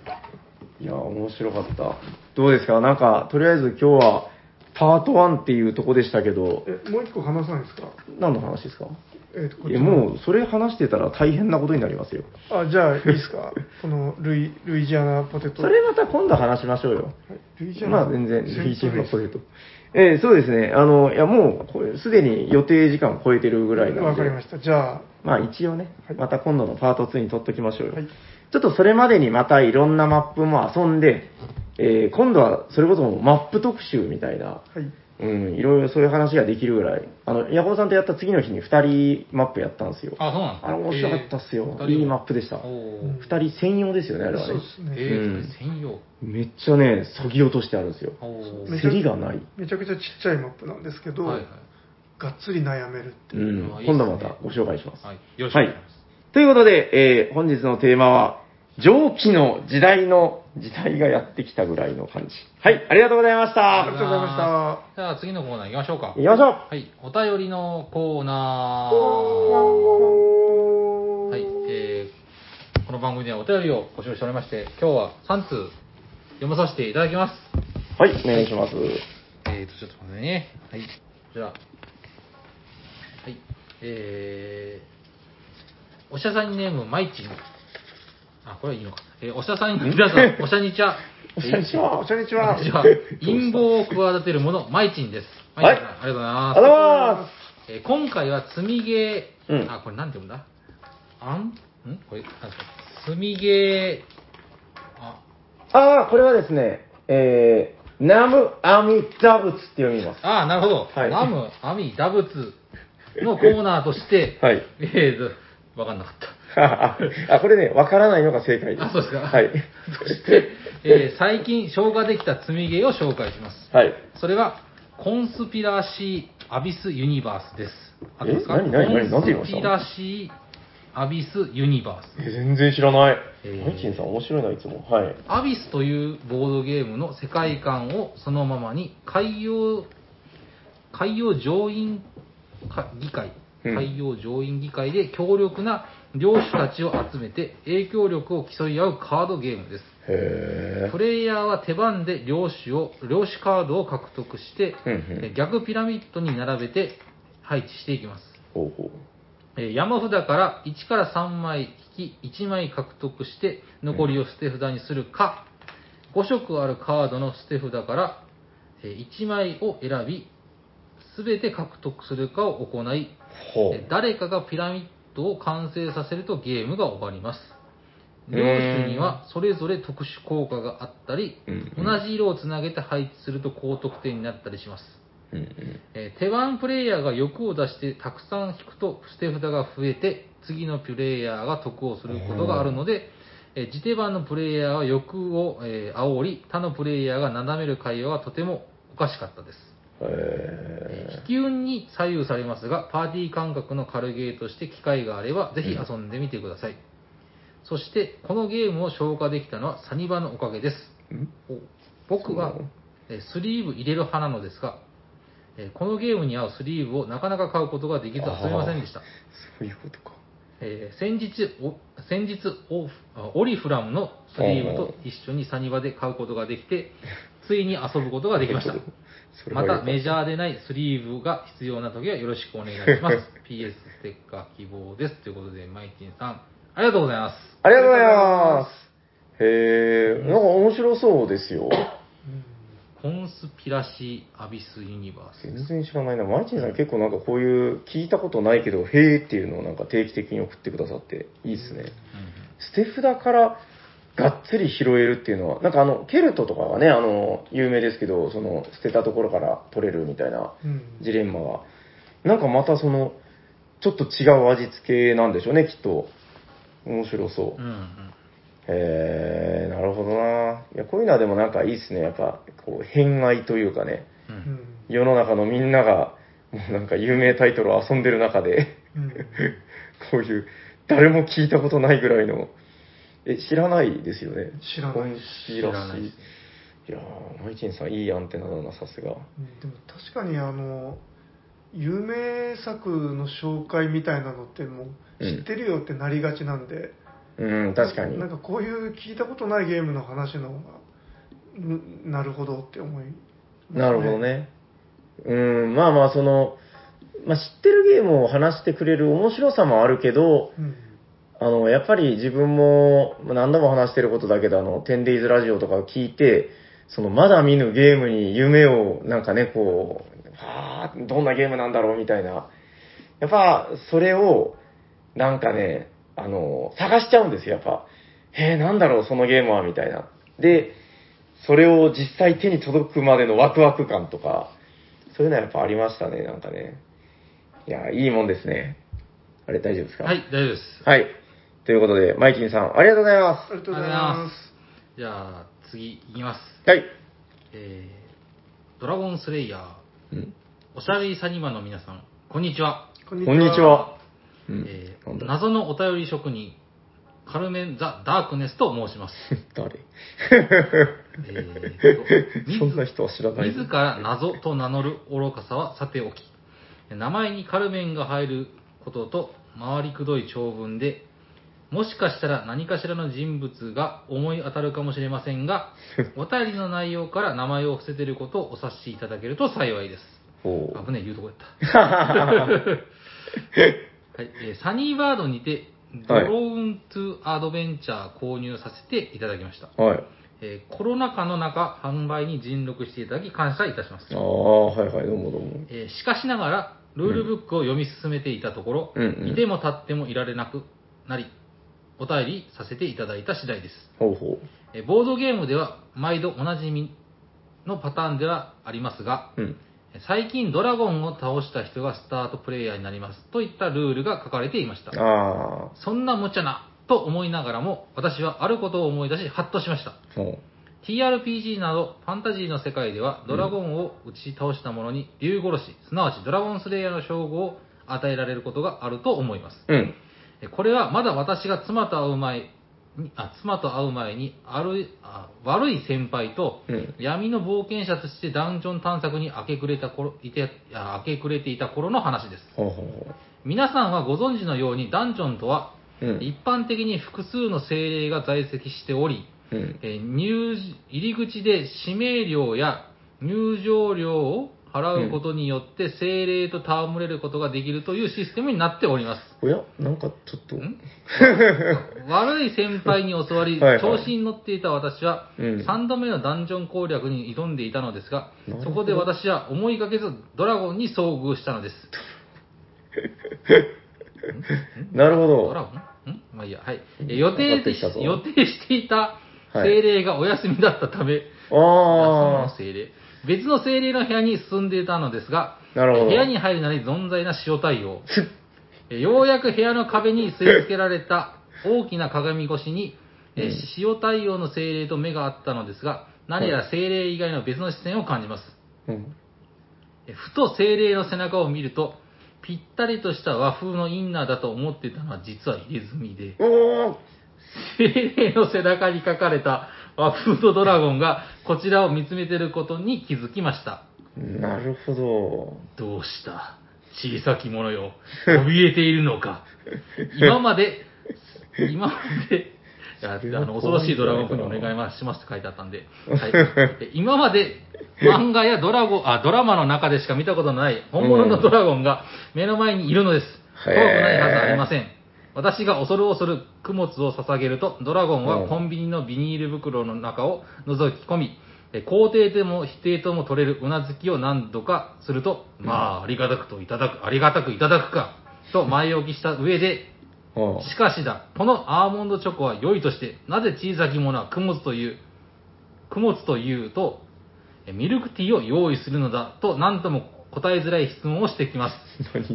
いやー、面白かった。
どうですかなんか、とりあえず今日は、パート1っていうとこでしたけど、
えもう一個話さないですか、
何の話ですか
えーとこっ
い
ち
や、もう、それ話してたら大変なことになりますよ。
あじゃあいいで すかこのルイルイジアナポテト
それまた今度話しましょうよ。
はいルイジアナ
まあ全然、リーチングポ
テ
テト。えーそうですね。あの、いやもうこれ、すでに予定時間を超えてるぐ
ト
らいなんで。
わかりましたじゃあ
まあ一応ね
はい、
また今度のパート2に取っときましょうよ。
はい
ちょっとそれまでにまたいろんなマップも遊んで、えー今度はそれこそマップ特集みたいな、
はい
うん、いろいろそういう話ができるぐらい。あの、ヤコウさんとやった次の日に2人マップやったんですよ。
あ、そうなんです
あれ面白かったっすよ。
えー
いいマップでした。2
お
うん
ー
人専用ですよね、あれは
そう
ね
で。すね、
う
え
ん
ー、それ専用。
めっちゃね、削ぎ落としてあるんですよ。
おー
め
競りがない。
めちゃくちゃちっちゃいマップなんですけど、
はいはい。
がっつり悩めるって
う
いう、
ん
あいいっす
今
ね
度またご紹介します。
はい。よろしくお願いします。
ということで、えー本日のテーマは、蒸気の時代の時代がやってきたぐらいの感じ。はい、ありがとうございまし
あり
た。
がとうございま
じゃあ次のコーナー行きましょうか
行。きましょう
はい。お便りのコーナー。はい。えー、この番組ではお便りを募集しておりまして、今日は3通読まさせていただきます。
はい、お願いします。
えーと、ちょっと待ってね。はい。じゃあ。はい。えー、おしゃさんにネーム、まいちん。あ、これはいいのか。えーおしゃさんに、皆 さん、おしゃにちゃ。
おしゃにち
した
は
お茶にちは
私は陰謀を企てる者、まいちんです。
はい
まちんさんありがとうござい
あ
ま
り
す
がとうございま
えー今回は積みゲー、
うん
あ、これなんて読むんだあん、んこれ、なんですか積みゲー、あ、
す。あー、これはですね、えー、ナムアミダブツって読みます。
あーなるほど。
はい
ナム、アミ、ダブツのコーナーとして、
はい。
えーと、わかんなかった。
あ、これね、わからないのが正解です。
あそうですか
はい。
そして、えー最近、消化できた積みゲーを紹介します。
はい。
それは、コンスピラシー・アビス・ユニバースです。合ってますか
え何何何なんて言いました
コンスピラシー・アビス・ユニバース。
え全然知らない。
えー
マイチンさん面白いな、いつも。はい。
アビスというボードゲームの世界観をそのままに海洋、海洋上院か議会、
うん
海洋上院議会で強力な領主たちを集めて影響力を競い合うカードゲームです。
へ
プレイヤーは手番で領主を、領主カードを獲得して、
うんうん
え逆ピラミッドに並べて配置していきます。
ー。ほうほう。
えー山札から1から3枚引き1枚獲得して残りを捨て札にするか、5色あるカードの捨て札から1枚を選び全て獲得するかを行い
ほ
え
う
ー。誰かがピラミッドを完成させるとゲームが終わります両手にはそれぞれ特殊効果があったり
うん
同じ色をつなげて配置すると高得点になったりします
うんうん
えー手番プレイヤーが欲を出してたくさん引くと捨て札が増えて次のプレイヤーが得をすることがあるので、えー自手番のプレイヤーは欲を、えー煽り他のプレイヤーが斜める会話はとてもおかしかったです、
へー
引き運に左右されますがパーティー感覚の軽ゲーとして機会があればぜひ遊んでみてください、そしてこのゲームを消化できたのはサニバのおかげです
ん
お僕がえースリーブ入れる派なのですが、えーこのゲームに合うスリーブをなかなか買うことができず遊べませんでした。
そういうことか。
えー先日お、先日オフあオリフラムのスリーブと一緒にサニバで買うことができて、ついに遊ぶことができました。
それはよ
ま
かった
たメジャーでないスリーブが必要な時はよろしくお願いします。PS ステッカー希望です。ということで、マイティンさん、ありがとうございます。
ありがとうございます。へえ、なんか面白そうですよ。
コンスピラシー・アビス・ユニバース。
全然知らないな。マルチンさん結構なんかこういう聞いたことないけど、へえっていうのをなんか定期的に送ってくださっていいですね。捨て札からがっつり拾えるっていうのは、なんかあの、ケルトとかがね、あの、有名ですけど、その、捨てたところから取れるみたいな
うん
ジレンマが、なんかまたその、ちょっと違う味付けなんでしょうね、きっと。面白そう。
うんうんうん
へえなるほどないやこういうのはでもなんかいいっすねやっぱこう偏愛というかね
う
うんん
世の中のみんながもうなんか有名タイトルを遊んでる中で
うん
こういう誰も聞いたことないぐらいのえ知らないですよね
知らない
コンシ
知
ー
ら
ラ
な
シ
い
ー
です
いやーマイチンさんいいアンテナだなさすが
うんでも確かにあの有名作の紹介みたいなのってもう
うん
知ってるよってなりがちなんで、
うん確かに
なんかこういう聞いたことないゲームの話の方がうんなるほどって思います、
なるほどね。うん、まあまあ、その、まあ、知ってるゲームを話してくれる面白さもあるけど、
うん
あの、やっぱり自分もまあ何度も話してることだけど、あの、10days ラジオとかを聞いて、その、まだ見ぬゲームに夢を、なんかね、こう、はあ、どんなゲームなんだろうみたいな。やっぱ、それを、なんかね、あの、探しちゃうんですよ、やっぱ。へえ、なんだろう、そのゲームは、みたいな。で、それを実際手に届くまでのワクワク感とか、そういうのはやっぱありましたね、なんかね。いや、いいもんですね。あれ大丈夫ですか
はい、大丈夫です。
はい。ということで、マイキンさん、ありがとうございま
ありがとうございま
じゃあ、次いきます。
す。はい。
えー、ドラゴンスレイヤー、
うん
おしゃべりサニバの皆さん、こんにちは。
す
こんにちは。うん
えー
なんだ
謎のお便り職人、カルメン・ザ・ダークネスと申します。
誰
えー
そんな人は知らない。
自ら謎と名乗る愚かさはさておき、名前にカルメンが入ることと回りくどい長文で、もしかしたら何かしらの人物が思い当たるかもしれませんが、お便りの内容から名前を伏せていることをお察しいただけると幸いです。
ほう
危ねえ、言うとこやった。はい、えーサニーバードにて、ドローントゥアドベンチャー購入させていただきました。
はい。
えーコロナ禍の中、販売に尽力していただき感謝いたします。
ああ、はいはい、どうもどうも。
えーしかしながら、ルールブックを読み進めていたところ、
うんうん
いても立ってもいられなくなり、お便りさせていただいた次第です。
ほうほ
えーボードゲームでは毎度おなじみのパターンではありますが、
う。うん。
最近ドラゴンを倒した人がスタートプレイヤーになりますといったルールが書かれていました。
あ
そんな無茶なと思いながらも、私はあることを思い出し、ハッとしました。
あ、ほ
TRPG などファンタジーの世界ではドラゴンを打ち倒した者に竜殺し、すなわちドラゴンスレイヤーの称号を与えられることがあると思います。
う。うん。
えこれはまだ私が妻と会う前に、あ妻と会う前にあるあ悪い先輩と
うん。
闇の冒険者としてダンジョン探索に明け暮れた頃いてあ明け暮れていた頃の話です。
ほうほうほ
皆さんはご存知のようにダンジョンとは
う。うん。
一般的に複数の精霊が在籍しており、
うん。
えー入入り口で指名料や入場料を払うことによって精霊と戯れることができるというシステムになっております。
おやなんかちょっと。
ん悪い先輩に教わり、
はいはい
調子に乗っていた私は、
うん
3度目のダンジョン攻略に挑んでいたのですが
なるほ、ど
そこで私は思いがけずドラゴンに遭遇したのです。
なるほ
ドラ
ど。
ゴンんまあいいや、はい。えー予定で
分かってきたぞ
予定していた精霊がお休みだったため、
あ
あその精霊別の精霊の部屋に進んでいたのですが、
あ、なるほど。
部屋に入るなり存在な塩対 応。えようやく部屋の壁に吸い付けられ た大きな鏡越しに、え
うん
塩対応の精霊と目があったのですが、何やら精霊以外の別の視線を感じます。
うん。
えふと精霊の背中を見ると、ぴったりとした和風のインナーだと思っていたのは実は入れ墨で、
おー
精霊の背中に書かれた和風のドラゴンがこちらを見つめてることに気づきました。
なるほど。
どうした小さき者よ。怯えているのか。今まで、今まで、いやあの、恐ろしいドラゴンくんにお願いしますって書いてあったんで、はい、え今まで漫画やドラゴンあドラマの中でしか見たことのない本物のドラゴンが目の前にいるのです。
うん
怖くないはずありません。私が恐る恐る供物を捧げると、ドラゴンはコンビニのビニール袋の中を覗き込み、え肯定でも否定とも取れるうなずきを何度かすると、まあ、ありがたくといただく、ありがたくいただくか、と前置きした上で、
あ
しかしだ、このアーモンドチョコは良いとして、なぜ小さき者は供物という、供物というと、えミルクティーを用意するのだと何とも答えづらい質問をしてきます。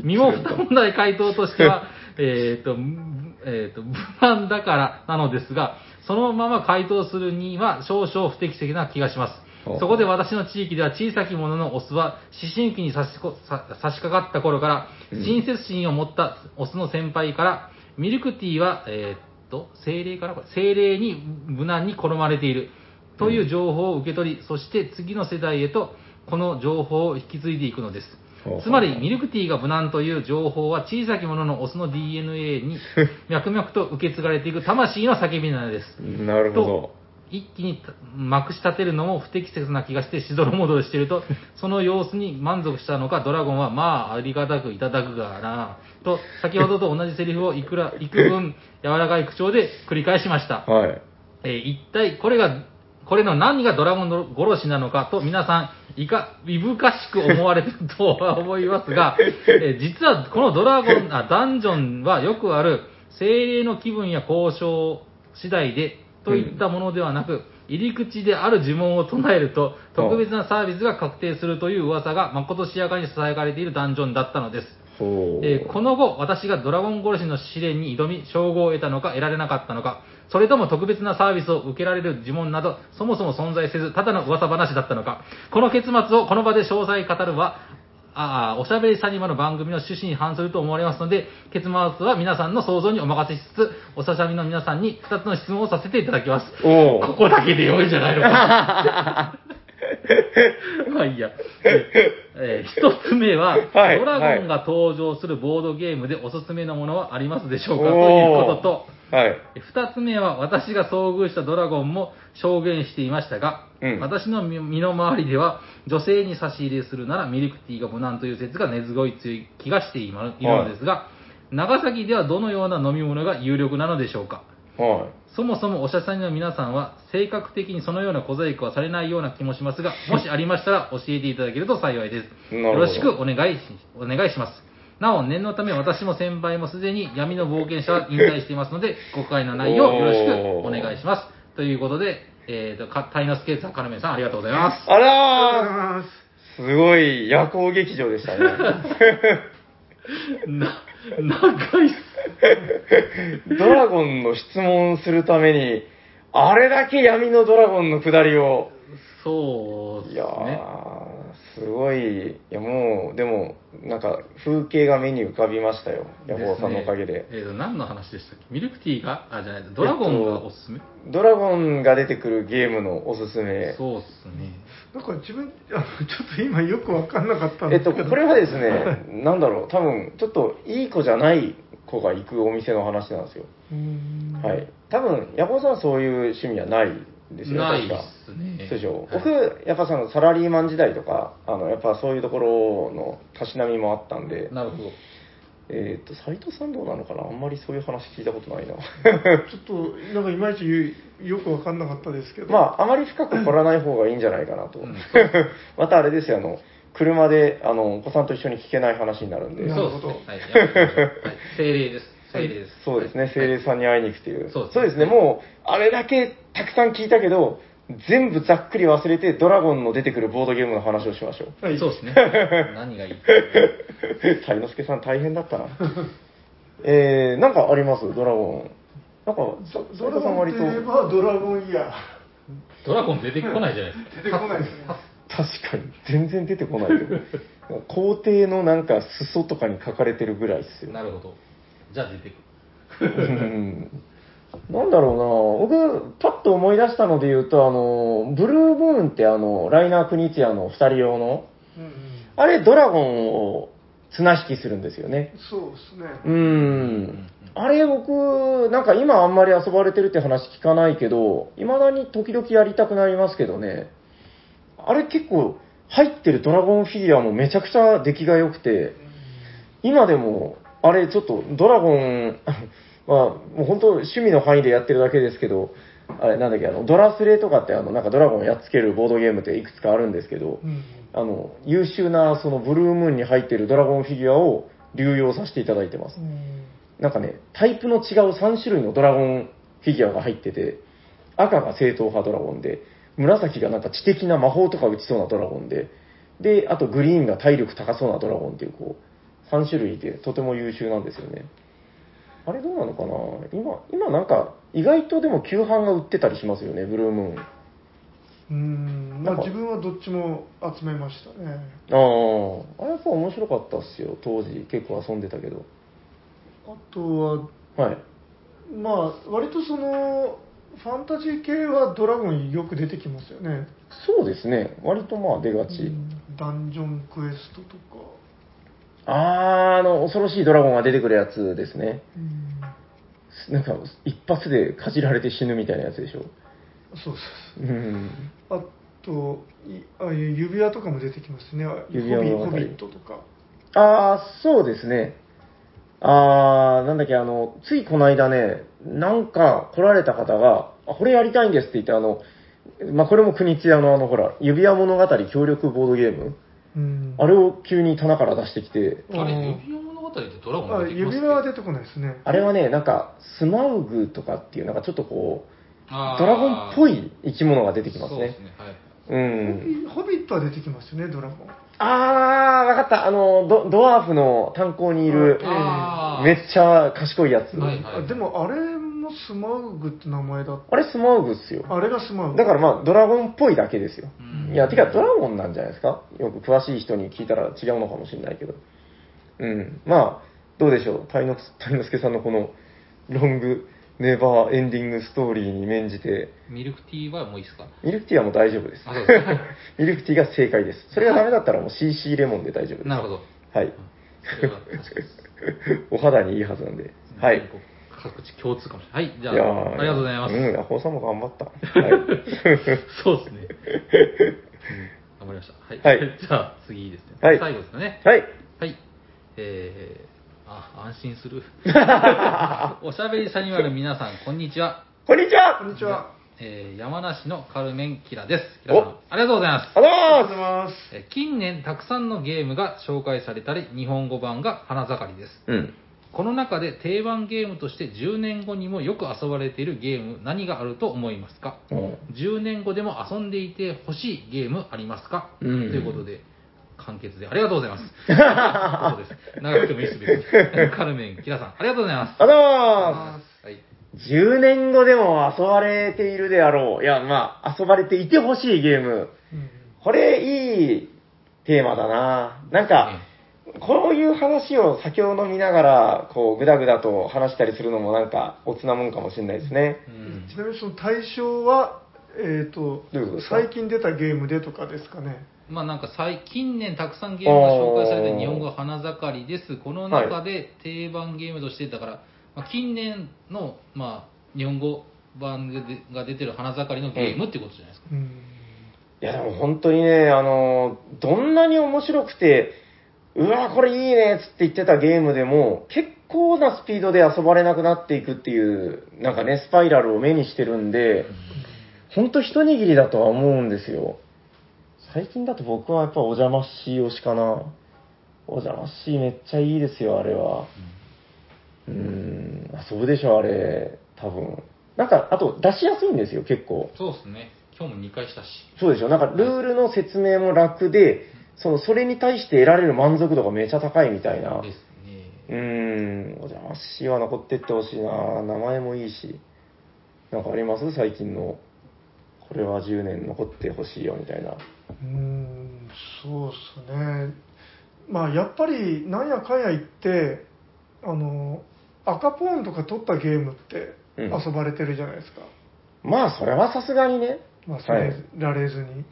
身も蓋もない回答として は、えっと、むえっと、無難だからなのですが、そのまま回答するには少々不適切な気がします。
ほう
そこで私の地域では小さき者のオスは思春期に差しこさ差し掛かった頃から、親切心を持ったオスの先輩から、ミルクティーは、えーっと、精霊からこれ精霊に無難に転まれている。という情報を受け取り、そして次の世代へと、この情報を引き継いでいくのです
ほう。
つまり、ミルクティーが無難という情報は小さき者のオスの DNA に脈々と受け継がれていく魂の叫びなのです。
なるほど。
一気にまくし立てるのも不適切な気がしてしどろもどろしていると、その様子に満足したのか、ドラゴンは、まあ、ありがたくいただくがなぁ、と、先ほどと同じセリフをいくら、いく分、柔らかい口調で繰り返しました。
はい。
えー一体、これが、これの何がドラゴンの殺しなのかと皆さん、いか、いぶかしく思われるとは思いますが、えー実はこのドラゴン、あ、ダンジョンはよくある、精霊の気分や交渉次第で、といったものではなく、入り口である呪文を唱えると、特別なサービスが確定するという噂が、まことしやかに囁かれているダンジョンだったのです。
ほう。
えーこの後、私がドラゴン殺しの試練に挑み、称号を得たのか得られなかったのか、それとも特別なサービスを受けられる呪文など、そもそも存在せず、ただの噂話だったのか、この結末をこの場で詳細語るは、あーおしゃべりサニバの番組の趣旨に反すると思われますので、結末は皆さんの想像にお任せしつつ、お刺身の皆さんに2つの質問をさせていただきます。
お
こ
う。
こだけで良いんじゃないのか。 まあいいや。えー一つ目は、
はい
ドラゴンが登場するボードゲームでおすすめのものはありますでしょうかという
お
ことと、
と。はい。
え二つ目は、私が遭遇したドラゴンも証言していましたが、
うん
私の身身の回りでは、女性に差し入れするならミルクティーが無難という説が根強い強い気がしていまいるのですが、長崎ではどのような飲み物が有力なのでしょうか
は
そもそもおしゃさんの皆さんは、性格的にそのような小細工はされないような気もしますが、 もしありましたら教えていただけると幸いです。
な
よ
るほど
ろしくお願いし、お願いします。なお、念のため私も先輩もすでに闇の冒険者は引退していますので、誤解のないようよろしくお願いします。ということで、えーと、かタイノスケーツカルメンさんありがとうございます。
い。あ
ありがとうご
ら
ざいます。
ーすごい夜行劇場でしたね。
な、長いっ
ドラゴンの質問するために、あれだけ闇のドラゴンの下りを。
す。そう
い
で
や
すね。
ー、すごい。いや、もう、でも、なんか、風景が目に浮かびましたよ。ヤホーさんのおかげで。
すねえーと、何の話でしたっけミルクティーが、あ、じゃない、ドラゴンがおすすめ、
ドラゴンが出てくるゲームのおすすめ。
そうっすね。
なんか自分、あのちょっと今よくわかんなかったん
えっ
です
と、
けど。
これはです ね、なんだろう、多分、ちょっといい子じゃない子が行くお店の話なんですよ。
うーん
はい。多分、ヤホーさんはそういう趣味はないですよね。
ない
確か
ですね。
そうでしょ、
はい
僕、やっぱそのサラリーマン時代とか、あのやっぱそういうところのたしなみもあったんで、
なるほど。
えっ、と、斎藤さんどうなのかな、あんまりそういう話聞いたことないな。
ちょっと、なんかいまいちよくわかんなかったですけど。
まあ、あまり深く掘らない方がいいんじゃないかなと
うん。
またあれですよ、あの、車であのお子さんと一緒に聞けない話になるんで
な、るほど
そうですね。はい。やめてくださいはい精霊です。精霊です。
そうです
は
ね
い、
精霊さんに会いに行くという、
そうですね
ですね、もう、あれだけたくさん聞いたけど、全部ざっくり忘れて、ドラゴンの出てくるボードゲームの話をしましょ う。
はい
そう ですね。何がいい
タイノスケさん大変だったな。えー、なんかありますドラゴン。なんか、
ド
そ
ド
れ
ラ
さん
ゴン
割
と
と
い。えばドラゴンイヤ
ドラゴン出てこないじゃないですか。
ー。出てこないですね。
確かに、全然出てこないよ。 皇帝のなんか、裾 とかに書かれてるぐらいっすよ。
なるほど。じゃあ出てくる。
うんなんだろうな僕、パッと思い出したので言うと、あの、ブルームーンってあの、ライナー・クニチアの二人用の、
うんうん
あれ、ドラゴンを綱引きするんですよね。
そうですね。
うーん。あれ、僕、なんか今あんまり遊ばれてるって話聞かないけど、未だに時々やりたくなりますけどね。あれ結構、入ってるドラゴンフィギュアもめちゃくちゃ出来が良くて、今でも、あれ、ちょっとドラゴン、 まあ、もう本当、趣味の範囲でやってるだけですけど、あれ、なんだっけ、あの、ドラスレとかって、あの、なんかドラゴンをやっつけるボードゲームっていくつかあるんですけど
う、ん
あの、優秀な、その、ブルームーンに入ってるドラゴンフィギュアを流用させていただいてます
う。ん
なんかね、タイプの違う3種類のドラゴンフィギュアが入ってて、赤が正統派ドラゴンで、紫がなんか知的な魔法とか打ちそうなドラゴンで、で、あとグリーンが体力高そうなドラゴンっていう、こう、3種類でとても優秀なんですよね。あれどうなのかな今、今なんか、意外とでも旧版が売ってたりしますよね、ブルームーン。
うん、ま
な
あ
んか
自分はどっちも集めましたね。
ああ、あれやっぱ面白かったっすよ、当時。結構遊んでたけど。
あとは、
はい。
まあ、割とその、ファンタジー系はドラゴンよく出てきますよね。
そうですね、割とまあ出がち。
うんダンジョンクエストとか。
あー、あの、恐ろしいドラゴンが出てくるやつですね。
うん
すなんか、一発でかじられて死ぬみたいなやつでしょ。
そうそ
う
う
ん。
そう。あと、いああいう指輪とかも出てきますね。
指輪
ホビ
の
ー
あ
ホ
た
ビ
り
ットとか。
あー、そうですね。あー、なんだっけ、あの、ついこの間ね、なんか来られた方が、あ、これやりたいんですって言って、あの、まあ、これも国津屋のあの、ほら、指輪物語協力ボードゲーム。
うん
あれを急に棚から出してきて、
あれ、
うん
指輪物語ってドラゴン
あ
出てきます
指
っ
輪は
け
出てこないですね。
あれはね、なんか、スマウグとかっていう、なんかちょっとこう、
あー
ドラゴンっぽい生き物が出てきます
そうで
ね
す。ね。はい。
うん。
ホビットは出てきますよね、ドラゴン。
あー、わかった。あの、ドドワーフの炭鉱にいる、
あー
めっちゃ賢いやつ。
はいはい
あでもあれもスマウグって名前だっ
あれ、スマウグっすよ。
あれがスマウグ
だからまあ、ドラゴンっぽいだけですよ。
うん
いや、てか、ドラゴンなんじゃないですかよく詳しい人に聞いたら違うのかもしれないけど。うん。まあ、どうでしょう。タイノタイノスケさんのこの、ロング、ネバーエンディングストーリーに免じて、
ミルクティーはもういいですか
ミルクティーはもう大丈夫です
あそうです。
ミルクティーが正解です。それがダメだったらもう CC レモンで大丈夫です。
なるほど。
はい。
それは確かに
お肌にいいはずなんで。はい。
各地共通かもしれない。はい、じゃ
いや
あ、
ー
ありがとうございます。
うん、アホさんも頑張った。 は
そうですね。うん頑張りました。はい。
はい
じゃあ、次ですね。
はい
最後ですかね。
い。はい。
はい。えー、あ、安心す る。おしゃべりサニバル皆さん、こんにちは。
こんにち
こん
は
にちは。
えー山梨のカルメン・キラです。キラさん、ありがとうございます。
あ
あ
ら
りがとうござい
ー
ます。
えー近年、たくさんのゲームが紹介されたり、日本語版が花盛りです。
うん。
この中で定番ゲームとして10年後にもよく遊ばれているゲーム、何があると思いますか
うん。
10年後でも遊んでいて欲しいゲームありますか、
うん
ということで、簡潔でありがとうございます。 そうです。長くても いいです別に。カルメン、キラさん、ありがとうございま
あらー
す。はい。
10年後でも遊ばれているであろう。いや、まあ、遊ばれていてほしいゲーム。
うん
これ、いいテーマだな。なんか、こういう話を酒を飲みながら、こう、ぐだぐだと話したりするのもなんか、おつなもんかもしれないですね。
うん
ちなみにその対象は、えっ、と
どういうことですか
最近出たゲームでとかですかね。
まあなんか最近年たくさんゲームが紹介されて日本語は花盛りです。この中で定番ゲームとしてだから、まあ、近年の、まあ、日本語版でが出てる花盛りのゲームってことじゃないですか。
うん。
いやでも本当にね、あの、どんなに面白くて、うわ、これいいねっつって言ってたゲームでも、結構なスピードで遊ばれなくなっていくっていう、なんかね、スパイラルを目にしてるんで、ほんと一握りだとは思うんですよ。最近だと僕はやっぱお邪魔し推しかな。お邪魔しめっちゃいいですよ、あれは。うーん、遊ぶでしょ、あれ。多分。なんか、あと出しやすいんですよ、結構。
そうですね。今日も2回したし。
そうでしょ。なんかルールの説明も楽で、その、それに対して得られる満足度がめちゃ高いみたいな。
ですね。
うーん、おじゃましは残ってってほしいな。名前もいいし。なんかあります最近の。これは10年残ってほしいよみたいな。
うん、そうですね。まあやっぱりなんやかんや言って、あの、赤ポーンとか取ったゲームって、
うん
遊ばれてるじゃないですか。
まあ、それはさすがにね、
まあ、そ
は
れ
い
られずに。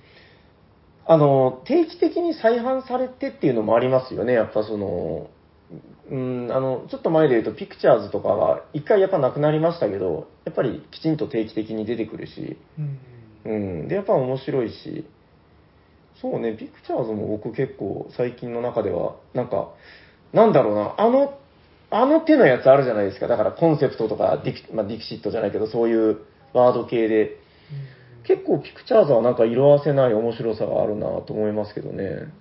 あの、定期的に再販されてっていうのもありますよね、やっぱその、うん、あの、ちょっと前で言うと、ピクチャーズとかが一回やっぱなくなりましたけど、やっぱりきちんと定期的に出てくるし、
うん
うん、で、やっぱ面白いし、そうね、ピクチャーズも僕結構最近の中では、なんか、なんだろうな、あの、あの手のやつあるじゃないですか、だからコンセプトとかディク、まあ、ディクシットじゃないけど、そういうワード系で、結構ピクチャーズはなんか色あせない面白さがあるなと思いますけどね。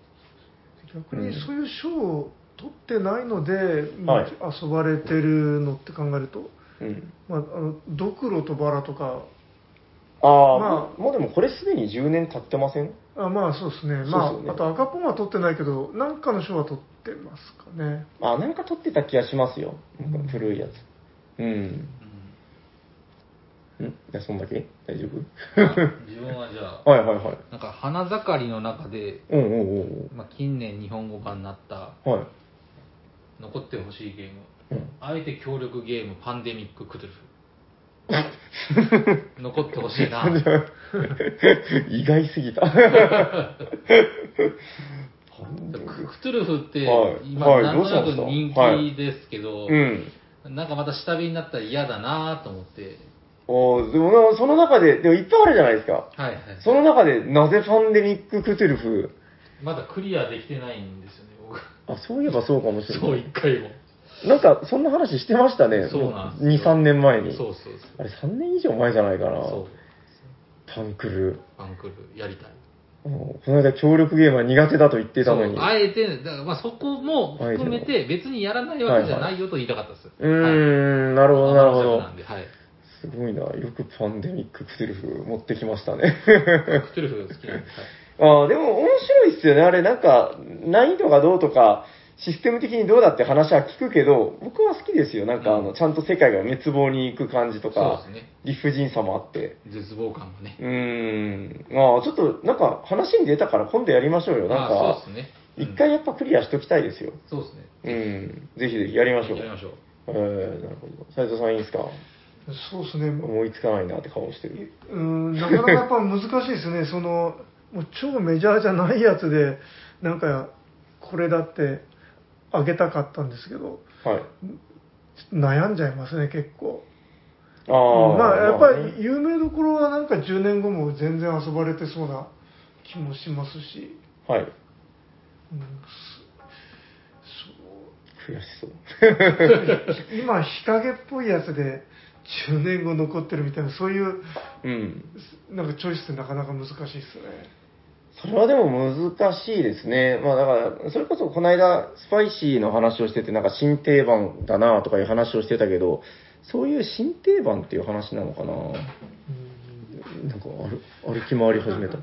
逆にそういう賞を取ってないので、
はい
遊ばれてるのって考えると、
うん。
まあ、あのドクロとバラとか、
ああ、
ま
もうもうでもこれすでに10年経ってません
あまあそうです
そ
ね、
う
ま
そうね
あ、あと赤ポンは取ってないけど、なんかの賞は取ってますかね。
あなんか撮ってた気がしますよ。なんか古いやつ。うん。んいや、そんだけ大丈夫
自分はじゃあ、
はいはいはい。
なんか花盛りの中で、
うんうん
まあ、近年日本語化になった
う ん。はい。
残ってほしいゲーム。
うん、
あえて協力ゲームパンデミッククドゥ ルフ。残ってほしいな。
意外すぎた。
ククトゥルフって
はい
今
はい
なんとな
どうし
く
ま
人
したはい
気ですけど、
うん。
なんかまた下火になったら嫌だなと思って、
おーでもなその中で、でもいっぱいあるじゃないですか。
はいはい。
その中で、なぜパンデミッククトゥルフ
まだクリアできてないんですよね、僕。
あ、そういえばそうかもしれ
そう、
ない。
一回も。
なんか、そんな話してましたね。
そうなんですよ
2、3年前に。
そうそうそう。
あれ、3年以上前じゃないかな。
そう。
パンクル。
パンクルやりたい。
うんこの間、協力ゲームは苦手だと言ってたのに。
そうあえて、だからまあそこも含めて別にやらないわけじゃないよと言いたかったです。
うーん、なるほど、なるほど
な。んではい。
すごいな。よくパンデミッククトゥルフ持ってきましたね。
クトゥルフ好きなんで、はい。
ああ、でも面白いっすよね。あれ、なんか、難易度がどうとか、システム的にどうだって話は聞くけど、僕は好きですよ。なんか、あの、ちゃんと世界が滅亡に行く感じとか、
そうですね。
理不尽さもあって。
絶望感がね。
うーん。ああ、ちょっと、なんか、話に出たから今度やりましょうよ。なん
まあ
か
そ、うですね。
一、
うん
回やっぱクリアしときたいですよ。
そうですね。
うん。ぜひぜひやりましょう。
やりましょう。
えー、なるほど。斉藤さんいいですか
そうですね、
思いつかないなって顔してる。
うーんなかなかやっぱ難しいですね、 そのもう超メジャーじゃないやつで、なんかこれだってあげたかったんですけど、
はい。
ちょっと悩んじゃいますね、結構。
ああ、
まあ、やっぱ
まあね
り有名どころはなんか10年後も全然遊ばれてそうな気もしますし、
はい。
うん
悔しそう。
そう今、日陰っぽいやつで10年後残ってるみたいな、そういう
うん。
なんかチョイスってなかなか難しいですね。
それはでも難しいですね。まあだから、それこそこの間、スパイシーの話をしてて、なんか新定番だなとかいう話をしてたけど、そういう新定番っていう話なのかな
うん
なんか歩歩き回り始めた。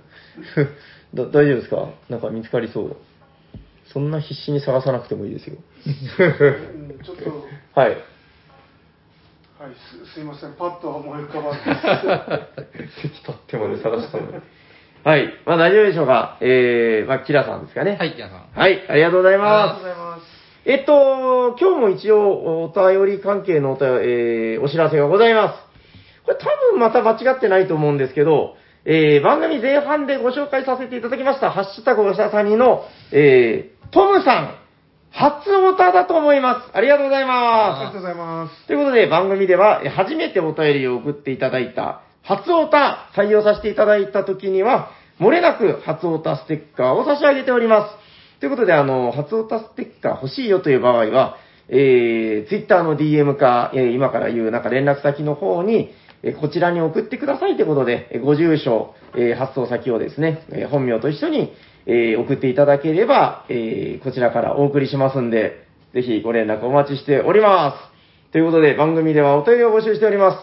だ大丈夫ですかなんか見つかりそう。そんな必死に探さなくてもいいですよ。
うんちょっと
はい。
はい、すすいません、パッとは思い浮かば ない
適当ってまで探したのに。はい。まあ大丈夫でしょうか。えー、まあキラさんですかね。
はい、皆さん。
はい。ありがとうござい
ありが
ます
とうご。ざいます。
えっと、今日も一応、お便り関係のお,、えーお知らせがございます。これ多分また間違ってないと思うんですけど、えー番組前半でご紹介させていただきました、ハッシュタグおしゃさにの、えートムさん、初オタだと思います。ありがとうござい
あり
ま
がとうございます。
す。ということで、番組では、えー初めてお便りを送っていただいた、初オタ採用させていただいた時には、漏れなく初オタステッカーを差し上げております。ということで、あの、初オタステッカー欲しいよという場合は、えー、Twitter の DM か、えー今から言う、なんか連絡先の方に、えーこちらに送ってくださいということで、えーご住所、えー発送先をですね、えー本名と一緒に、えー送っていただければ、えーこちらからお送りしますんで、ぜひご連絡お待ちしております。ということで、番組ではお便りを募集しております。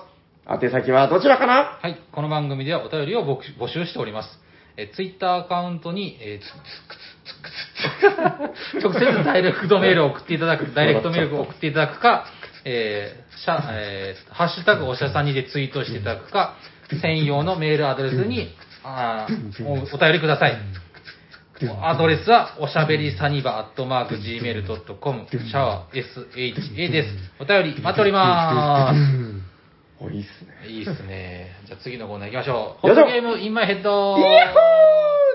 宛先はどちらかな
はい、この番組ではお便りを募集募集しております。えツイッター Twitter アカウントに、えーつつくつつくつくつく直接ダイレクトメールを送っていただく、ダイレクトメールを送っていただくか、えーしゃえーハッシュタグおしゃさにでツイートしていただくか、専用のメールアドレスにあーおお便りください。アドレスは、おしゃべりサニバアットマーク Gmail.com、シャワー SHA です。お便り待っております。
おいいっすね。
いいっすね。じゃあ次のコーナー行きましょう。ホ
行
ッ
きま
ト
しょう
ゲームインマイヘッド。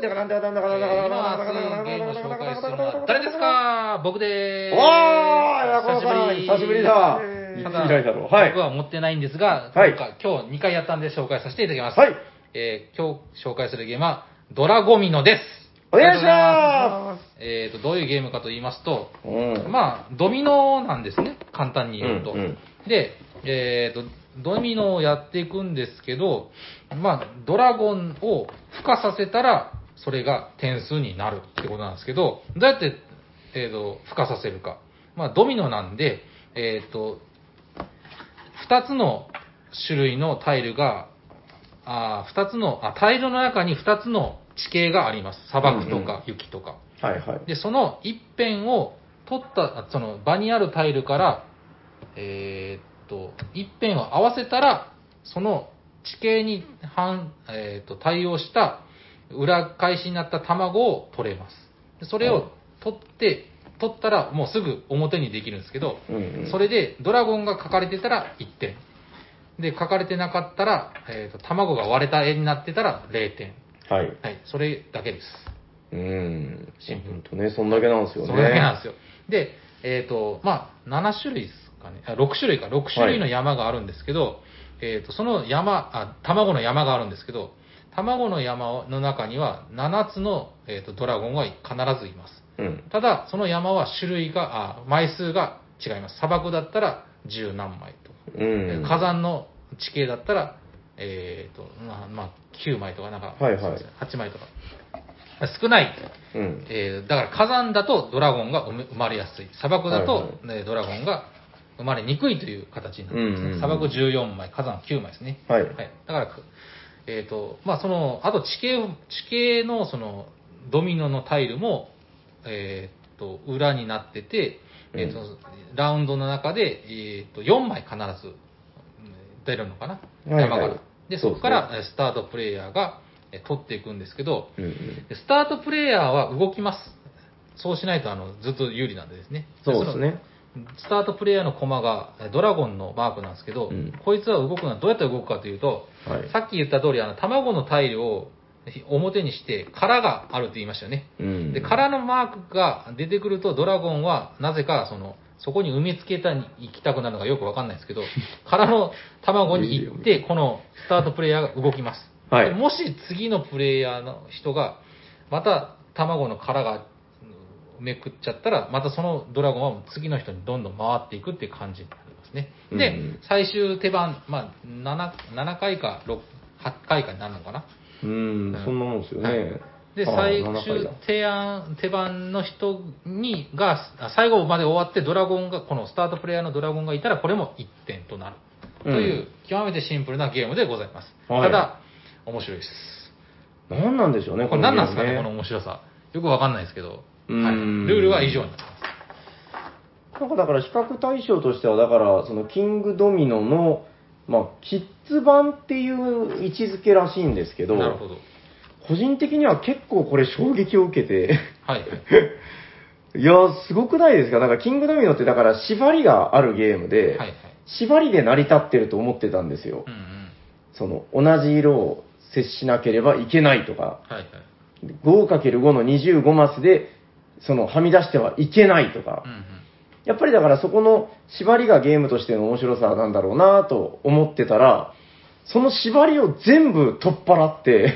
だからなんだかなんだか
え
なんだか
ー今熱
なんだかなん
い
だか
ゲームを紹介するのは
な
誰ですか僕でーす。
おーいやこの
久
方久
し
し
ぶ
ぶ
り
り
だ。
だ
えー
いつ以
ただ
来だろう。はい
僕。は持ってないんですが、
はい
今回今日2回やったんで紹介させていただきます。
はい。
えー今日紹介するゲームは、ドラゴミノです。
お願いし
あり
ま
がとうございますえっ、と、どういうゲームかと言いますと、
すうん。
まあ、ドミノなんですね、簡単に言うと。
うんうん
で、えーと、ドミノをやっていくんですけど、まあ、ドラゴンを孵化させたら、それが点数になるってことなんですけど、どうやって、えーと、孵化させるか。まあ、ドミノなんで、えーと、2つの種類のタイルが、あー二つの、あ、タイルの中に2つの地形があります。砂漠とか雪とか。
はいはい。
で、その一辺を取った、あその場にあるタイルから、えーっと、一辺を合わせたら、その地形に反、えーっと対応した裏返しになった卵を取れます。でそれを取って、取ったらもうすぐ表にできるんですけど、
うんうん
それでドラゴンが書かれてたら1点。で、書かれてなかったら、えーっと卵が割れた絵になってたら0点。
はい。
はい、それだけです。
うん。
シンプル
ほんとね、そんだけなんですよね。
それだけなんですよ。で、えっ、と、まあ、7種類ですかね。あ6種類か。6種類の山があるんですけど、えっ、と、その山、あ、卵の山があるんですけど、卵の山の中には7つの、えー、とドラゴンが必ずいます。
うん。
ただ、その山は種類が、あ枚数が違います。砂漠だったら10何枚とか、
うん。
火山の地形だったら、えっ、と、まあ、まあ、9枚とか、なんか、
はいはい
8枚とか。少ない
うん。
えーだから火山だとドラゴンが生め生まれやすい砂漠だと、
はい
ねドラゴンが生まれにくいという形になってます、ね
うんうんうん
砂漠14枚火山9枚ですね、
はい。
はい、だからくえっ、とまあそのあと地形を地形のそのドミノのタイルもえっ、と裏になってて、えーと
う
ラウンドの中で、えー、と4枚必ずうん出るのかな、
はいはい
山からで
そ
そう
ですね
こからえースタートプレイヤーがえー取っていくんですけど、
うんうん。
でスタートプレイヤーは動きます。そうしないとあのずっと有利なんでですね。
そうですね。
その。スタートプレイヤーの駒がえドラゴンのマークなんですけど、
うん
こいつは動くのはどうやって動くかというと、
はい。
さっき言った通りあの卵のタイルを表にして殻があると言いましたよね。
うん。
で、殻のマークが出てくると、ドラゴンはなぜかその、そこに埋め付けたに行きたくなるのかよくわかんないですけ ど、殻の卵に行って、このスタートプレイヤーが動きます。
はい
でもし次のプレイヤーの人が、また卵の殻がうんめくっちゃったら、またそのドラゴンは次の人にどんどん回っていくっていう感じになりますね。で、
うん
最終手番、まあ7、7回か6、8回かになるのかな。
うん、そんなもんですよ
はい
ね。
で、
ああ
最
7回
終
だ
提案、手番の人に、が、あ最後まで終わってドラゴンが、このスタートプレイヤーのドラゴンがいたら、これも1点となる。
うん
という、極めてシンプルなゲームでございます。
は
た
い
だ、面白いです。
何なんでしょうね、
これ何なんです
ゲ
か
ーム
ね、この面白さ。よくわかんないですけど。
う
はい
ん
ルールは以上になってます。
なんかだから比較対象としては、だから、そのキングドミノの、まあ、キッズ版っていう位置づけらしいんですけど、
なるほど。
個人的には結構これ衝撃を受けて、
はい。
いやー、すごくないですかなんかキングドミノってだから縛りがあるゲームで、
はい はい。
縛りで成り立ってると思ってたんですよ
う。んうん。
その、同じ色を接しなければいけないとか、
はいはい。
5×5 の25マスで、その、はみ出してはいけないとか
う、んうん。
やっぱりだからそこの縛りがゲームとしての面白さなんだろうなと思ってたら、その縛りを全部取っ払って、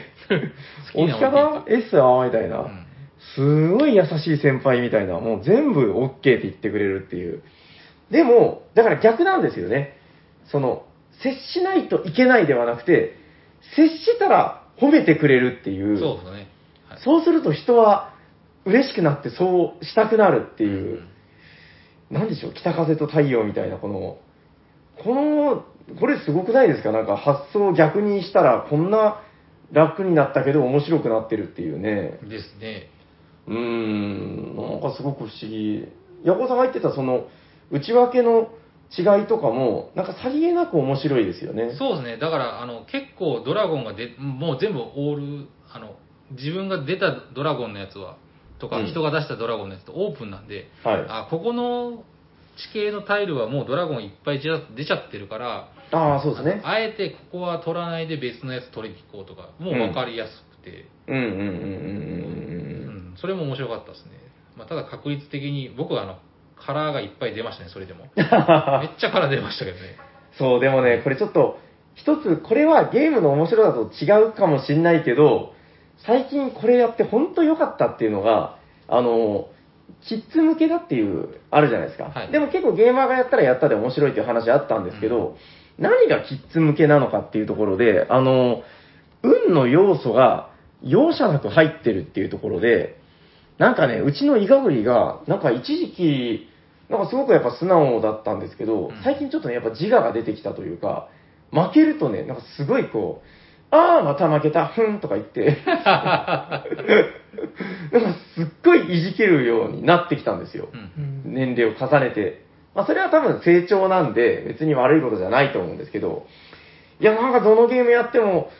好き
置
な
き方
置き
?S あみたい
方う
な。
ん
すごい優しい先輩みたいな、もう全部 OK って言ってくれるっていう。でも、だから逆なんですよね。その、接しないといけないではなくて、接したら褒めてくれるっていう。
そうですね。はい
そうすると人は嬉しくなってそうしたくなるっていう、なんでしょう、北風と太陽みたいな、この、この、これすごくないですかなんか発想を逆にしたら、こんな楽になったけど面白くなってるっていうね。
ですね。
うーん、なんかすごく不思議。ヤコさんが言ってたその、内訳の違いとかも、なんかさりげなく面白いですよね。
そうですね、だからあの結構ドラゴンがで、もう全部オールあの、自分が出たドラゴンのやつは、とか、
うん
人が出したドラゴンのやつとオープンなんで、
はい。
あここの地形のタイルはもうドラゴンいっぱい出ちゃ出ちゃってるから、
ああ、そうですね。
あえてここは取らないで別のやつ取りに行こうとか、もう分かりやすくて、
うんうんうんう
う
んうん
んそれも面白かったですね。まあ、ただ確率的に、僕はあの、カラーがいっぱい出ましたね、それでも。めっ
うん。
ちゃカラー出ましたけどね。
そう、でもね、これちょっと、一つ、これはゲームの面白さと違うかもしんないけど、最近これやって本当良かったっていうのが、あの、キッズ向けだっていう、あるじゃないですか。
はい
でも結構ゲーマーがやったらやったで面白いっていう話あったんですけど、何がキッズ向けなのかっていうところで、あの、運の要素が容赦なく入ってるっていうところで、なんかね、うちのイガグリが、なんか一時期、なんかすごくやっぱ素直だったんですけど
うん、
最近ちょっとね、やっぱ自我が出てきたというか、負けるとね、なんかすごいこう、ああ、また負けた、ふんとか 言って、なんかすっごいいじけるようになってきたんですよ。
うん
うん
年齢を重ねて。まあ、それは多分成長なんで、別に悪いことじゃないと思うんですけど、いや、なんかどのゲームやっても、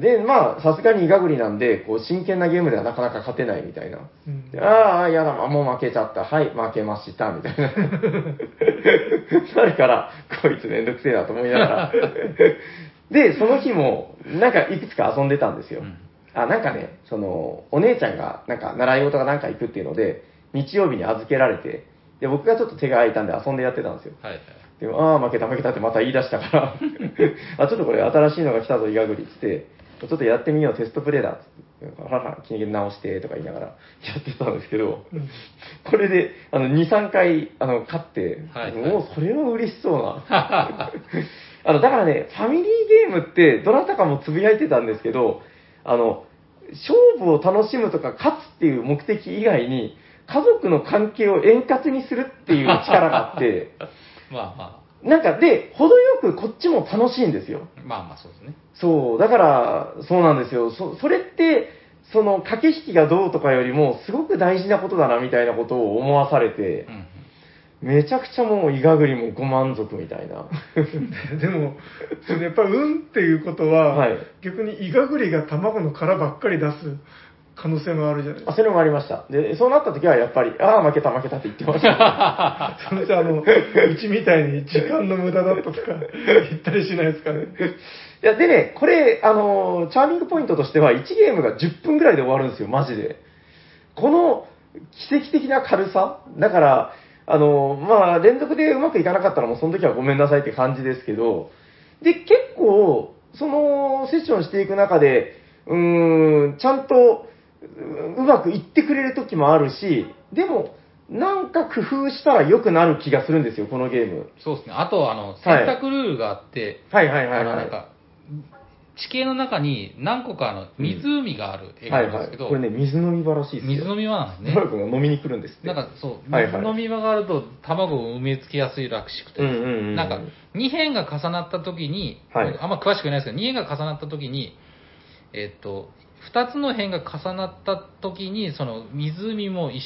で、まあ、さすがにイガグリなんで、こう、真剣なゲームではなかなか勝てないみたいな。
うん
でああ、やだ、もう負けちゃった。はい、負けました、みたいな。 なるから、こいつめんどくせえなと思いながら。で、その日も、なんかいくつか遊んでたんですよ。
うん
あ、なんかね、その、お姉ちゃんが、なんか習い事がなんか行くっていうので、日曜日に預けられて、で、僕がちょっと手が空いたんで遊んでやってたんですよ。
はいはい。
でも、ああ、負けた負けたってまた言い出したから、あ、ちょっとこれ新しいのが来たぞ、イガグリっつって、ちょっとやってみよう、テストプレイだっつって、はは、気に入り直して、とか言いながらやってたんですけど、
うん
これで、あの、2、3回、あの、勝って、
はい
もうそれは嬉しそう な。あの、だからね、ファミリーゲームって、どなたかもつぶやいてたんですけど、あの、勝負を楽しむとか勝つっていう目的以外に、家族の関係を円滑にするっていう力があ って、
まあま
なんかで、程よくこっちも楽しいんですよ。
あ、まあまあそうですね。
そう、だから、そうなんですよ。そそれって、その駆け引きがどうとかよりも、すごく大事なことだなみたいなことを思わされて
う、ん
めちゃくちゃもう、イガグリもご満足みたいな。
でも、それやっぱ運っていうことは、
はい
逆にイガグリが卵の殻ばっかり出す可能性もあるじゃないです
あ、
か。
それもありました。で、そうなった時はやっぱり、ああ、負けた負けたって言ってました。
そのうちあの、うちみたいに時間の無駄だったとか言ったりしないですかね。
いや、でね、これ、あのーチャーミングポイントとしては、1ゲームが10分ぐらいで終わるんですよ、マジで。この奇跡的な軽さだから、あのーまあ、連続でうまくいかなかったらもうその時はごめんなさいって感じですけど、で、結構、そのセッションしていく中で、うーん、ちゃんとううまくいってくれる時もあるし、でも、なんか工夫したら良くなる気がするんですよ、このゲーム。
そうですね。あと、あの、選択ルールがあって、
はいはいは
あ
い、
の、
はい。
なんか、地形の中に何個かあの湖がある映
は
画なん
い
で
は
すけ
い。
ど、
これね、水飲み場らしいですよ。
水飲み場なんです
ね、
ね
マ。ル君が飲みに来るんですって。
なんかそう、
はいはい
水飲み場があると卵を埋め付けやすいらしくて、
うんうんうん
なんか2辺が重なった時に、
はい
あんま詳しくないですけど、2辺が重なった時に、えっと、2つの辺が重なった時に、その湖も一緒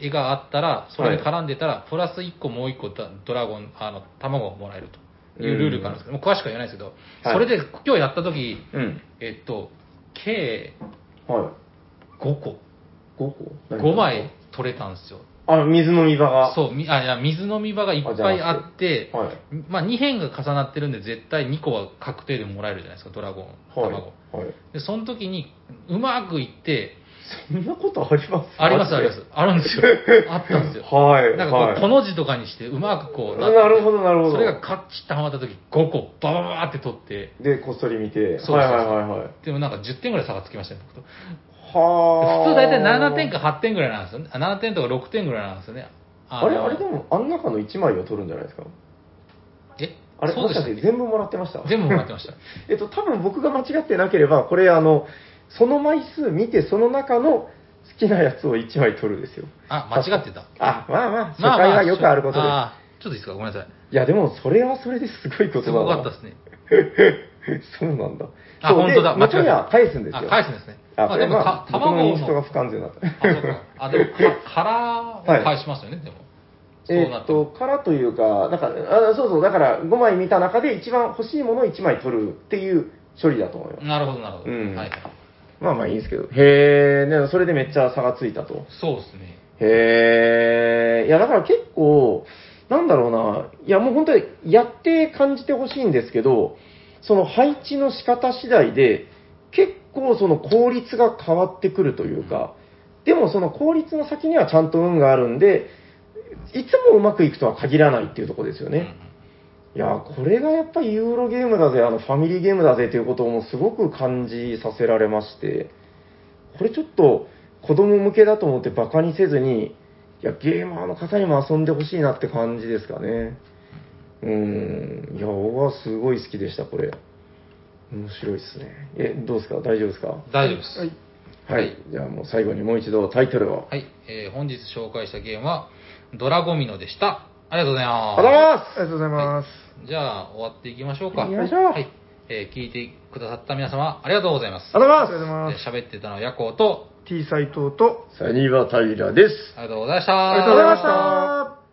絵があったら、それに絡んでたら、プラス1個もう1個ドドラゴン、あの、卵をもらえるというルールがあるんですけど、もう詳しくは言えないですけど、
はい
それで今日やった時、
うん。
えっと、計
は
5個、
い。5個
5。枚取れたんですよ。
あ、水飲み場が。
そう、みあいや水飲み場がいっぱいあって、
はい。
まあ、2辺が重なってるんで、絶対2個は確定でもらえるじゃないですか、ドラゴン、
はい。
卵。
はい。
で、その時に、うまくいって、
そんなことあります
あります、あります。あるんです よ。あったんですよ。
はい。
なんかこう、こ
の、
の字とかにして、うまくこう、
なるほど、なるほど。
それがカッチッとはまった時、5個、ババババって取って、
で、こっそり見て。
そうそうそう
はいはいはいはい。
でもなんか10点ぐらい差がつきましたね、僕と。で
はあ。
普通大体7点か。8点ぐらいなんですよね。あ7点とか6点ぐらいなんですよね。
あれ、
の
あれでも、あん中の1枚を取るんじゃないですか。
え
あれ、
そう
も
で
し
し
か
た
して
っけ
全部もらってました
全部もらってました。
えっと、多分僕が間違ってなければ、これ、あの、その枚数見て、その中の好きなやつを1枚取るですよ。
あ、間違ってた。
あ、まあまあ、初
まあ
回はよくあることです。
まあちょっといいですか、ごめんなさい。
いや、でも、それはそれですごいこと
す
だ
ご
な
かったですね。
そうなんだ。
あ、
そう
本当だ、
で、また
え
や返すんですよ。
あ、返すんですね。
あ、これ、まあ
た、
僕のインストが
も。
不完全だった。
あ、そう か。あ、でも、か殻を返しますよね、でも。
え
そうな
ーっ
ってる
と、からというか、なんか、あそうそう、だから5枚見た中で一番欲しいものを1枚取るっていう処理だと思います。
なるほど、なるほど。
うん
はい。
まあまあいいんですけど。へえ、ね、それでめっちゃ差がついたと。
そうですね。
へえ、いやだから結構、なんだろうな、いやもう本当にやって感じてほしいんですけど、その配置の仕方次第で、結構その効率が変わってくるというか、でもその効率の先にはちゃんと運があるんで、いつもうまくいくとは限らないっていうところですよね。いやー、これがやっぱりユーロゲームだぜ、あのファミリーゲームだぜということをもうすごく感じさせられまして、これちょっと子供向けだと思ってバカにせずに、いや、ゲーマーの方にも遊んでほしいなって感じですかね。うーん、いや、僕はすごい好きでした、これ。面白いですね。え、どうですか大丈夫ですか
大丈夫です。
はい
はい。じゃあもう最後にもう一度タイトルを。
はい、えー本日紹介したゲームは、ドラゴミノでした。ありがとうござい
あ
ま
りがと
す。
うございま
ありがとうございます。
じゃあ、終わっていきましょうか。
行きましょう
はい。えー聞いてくださった皆様、ありがとうございます。
ありがとうございます
ありがとうございます。
えー喋ってたのはヤコウと、
T 斎藤と、
すサニバタイラです。
ありがとうございました。
ありがとうございました
ありがとうございました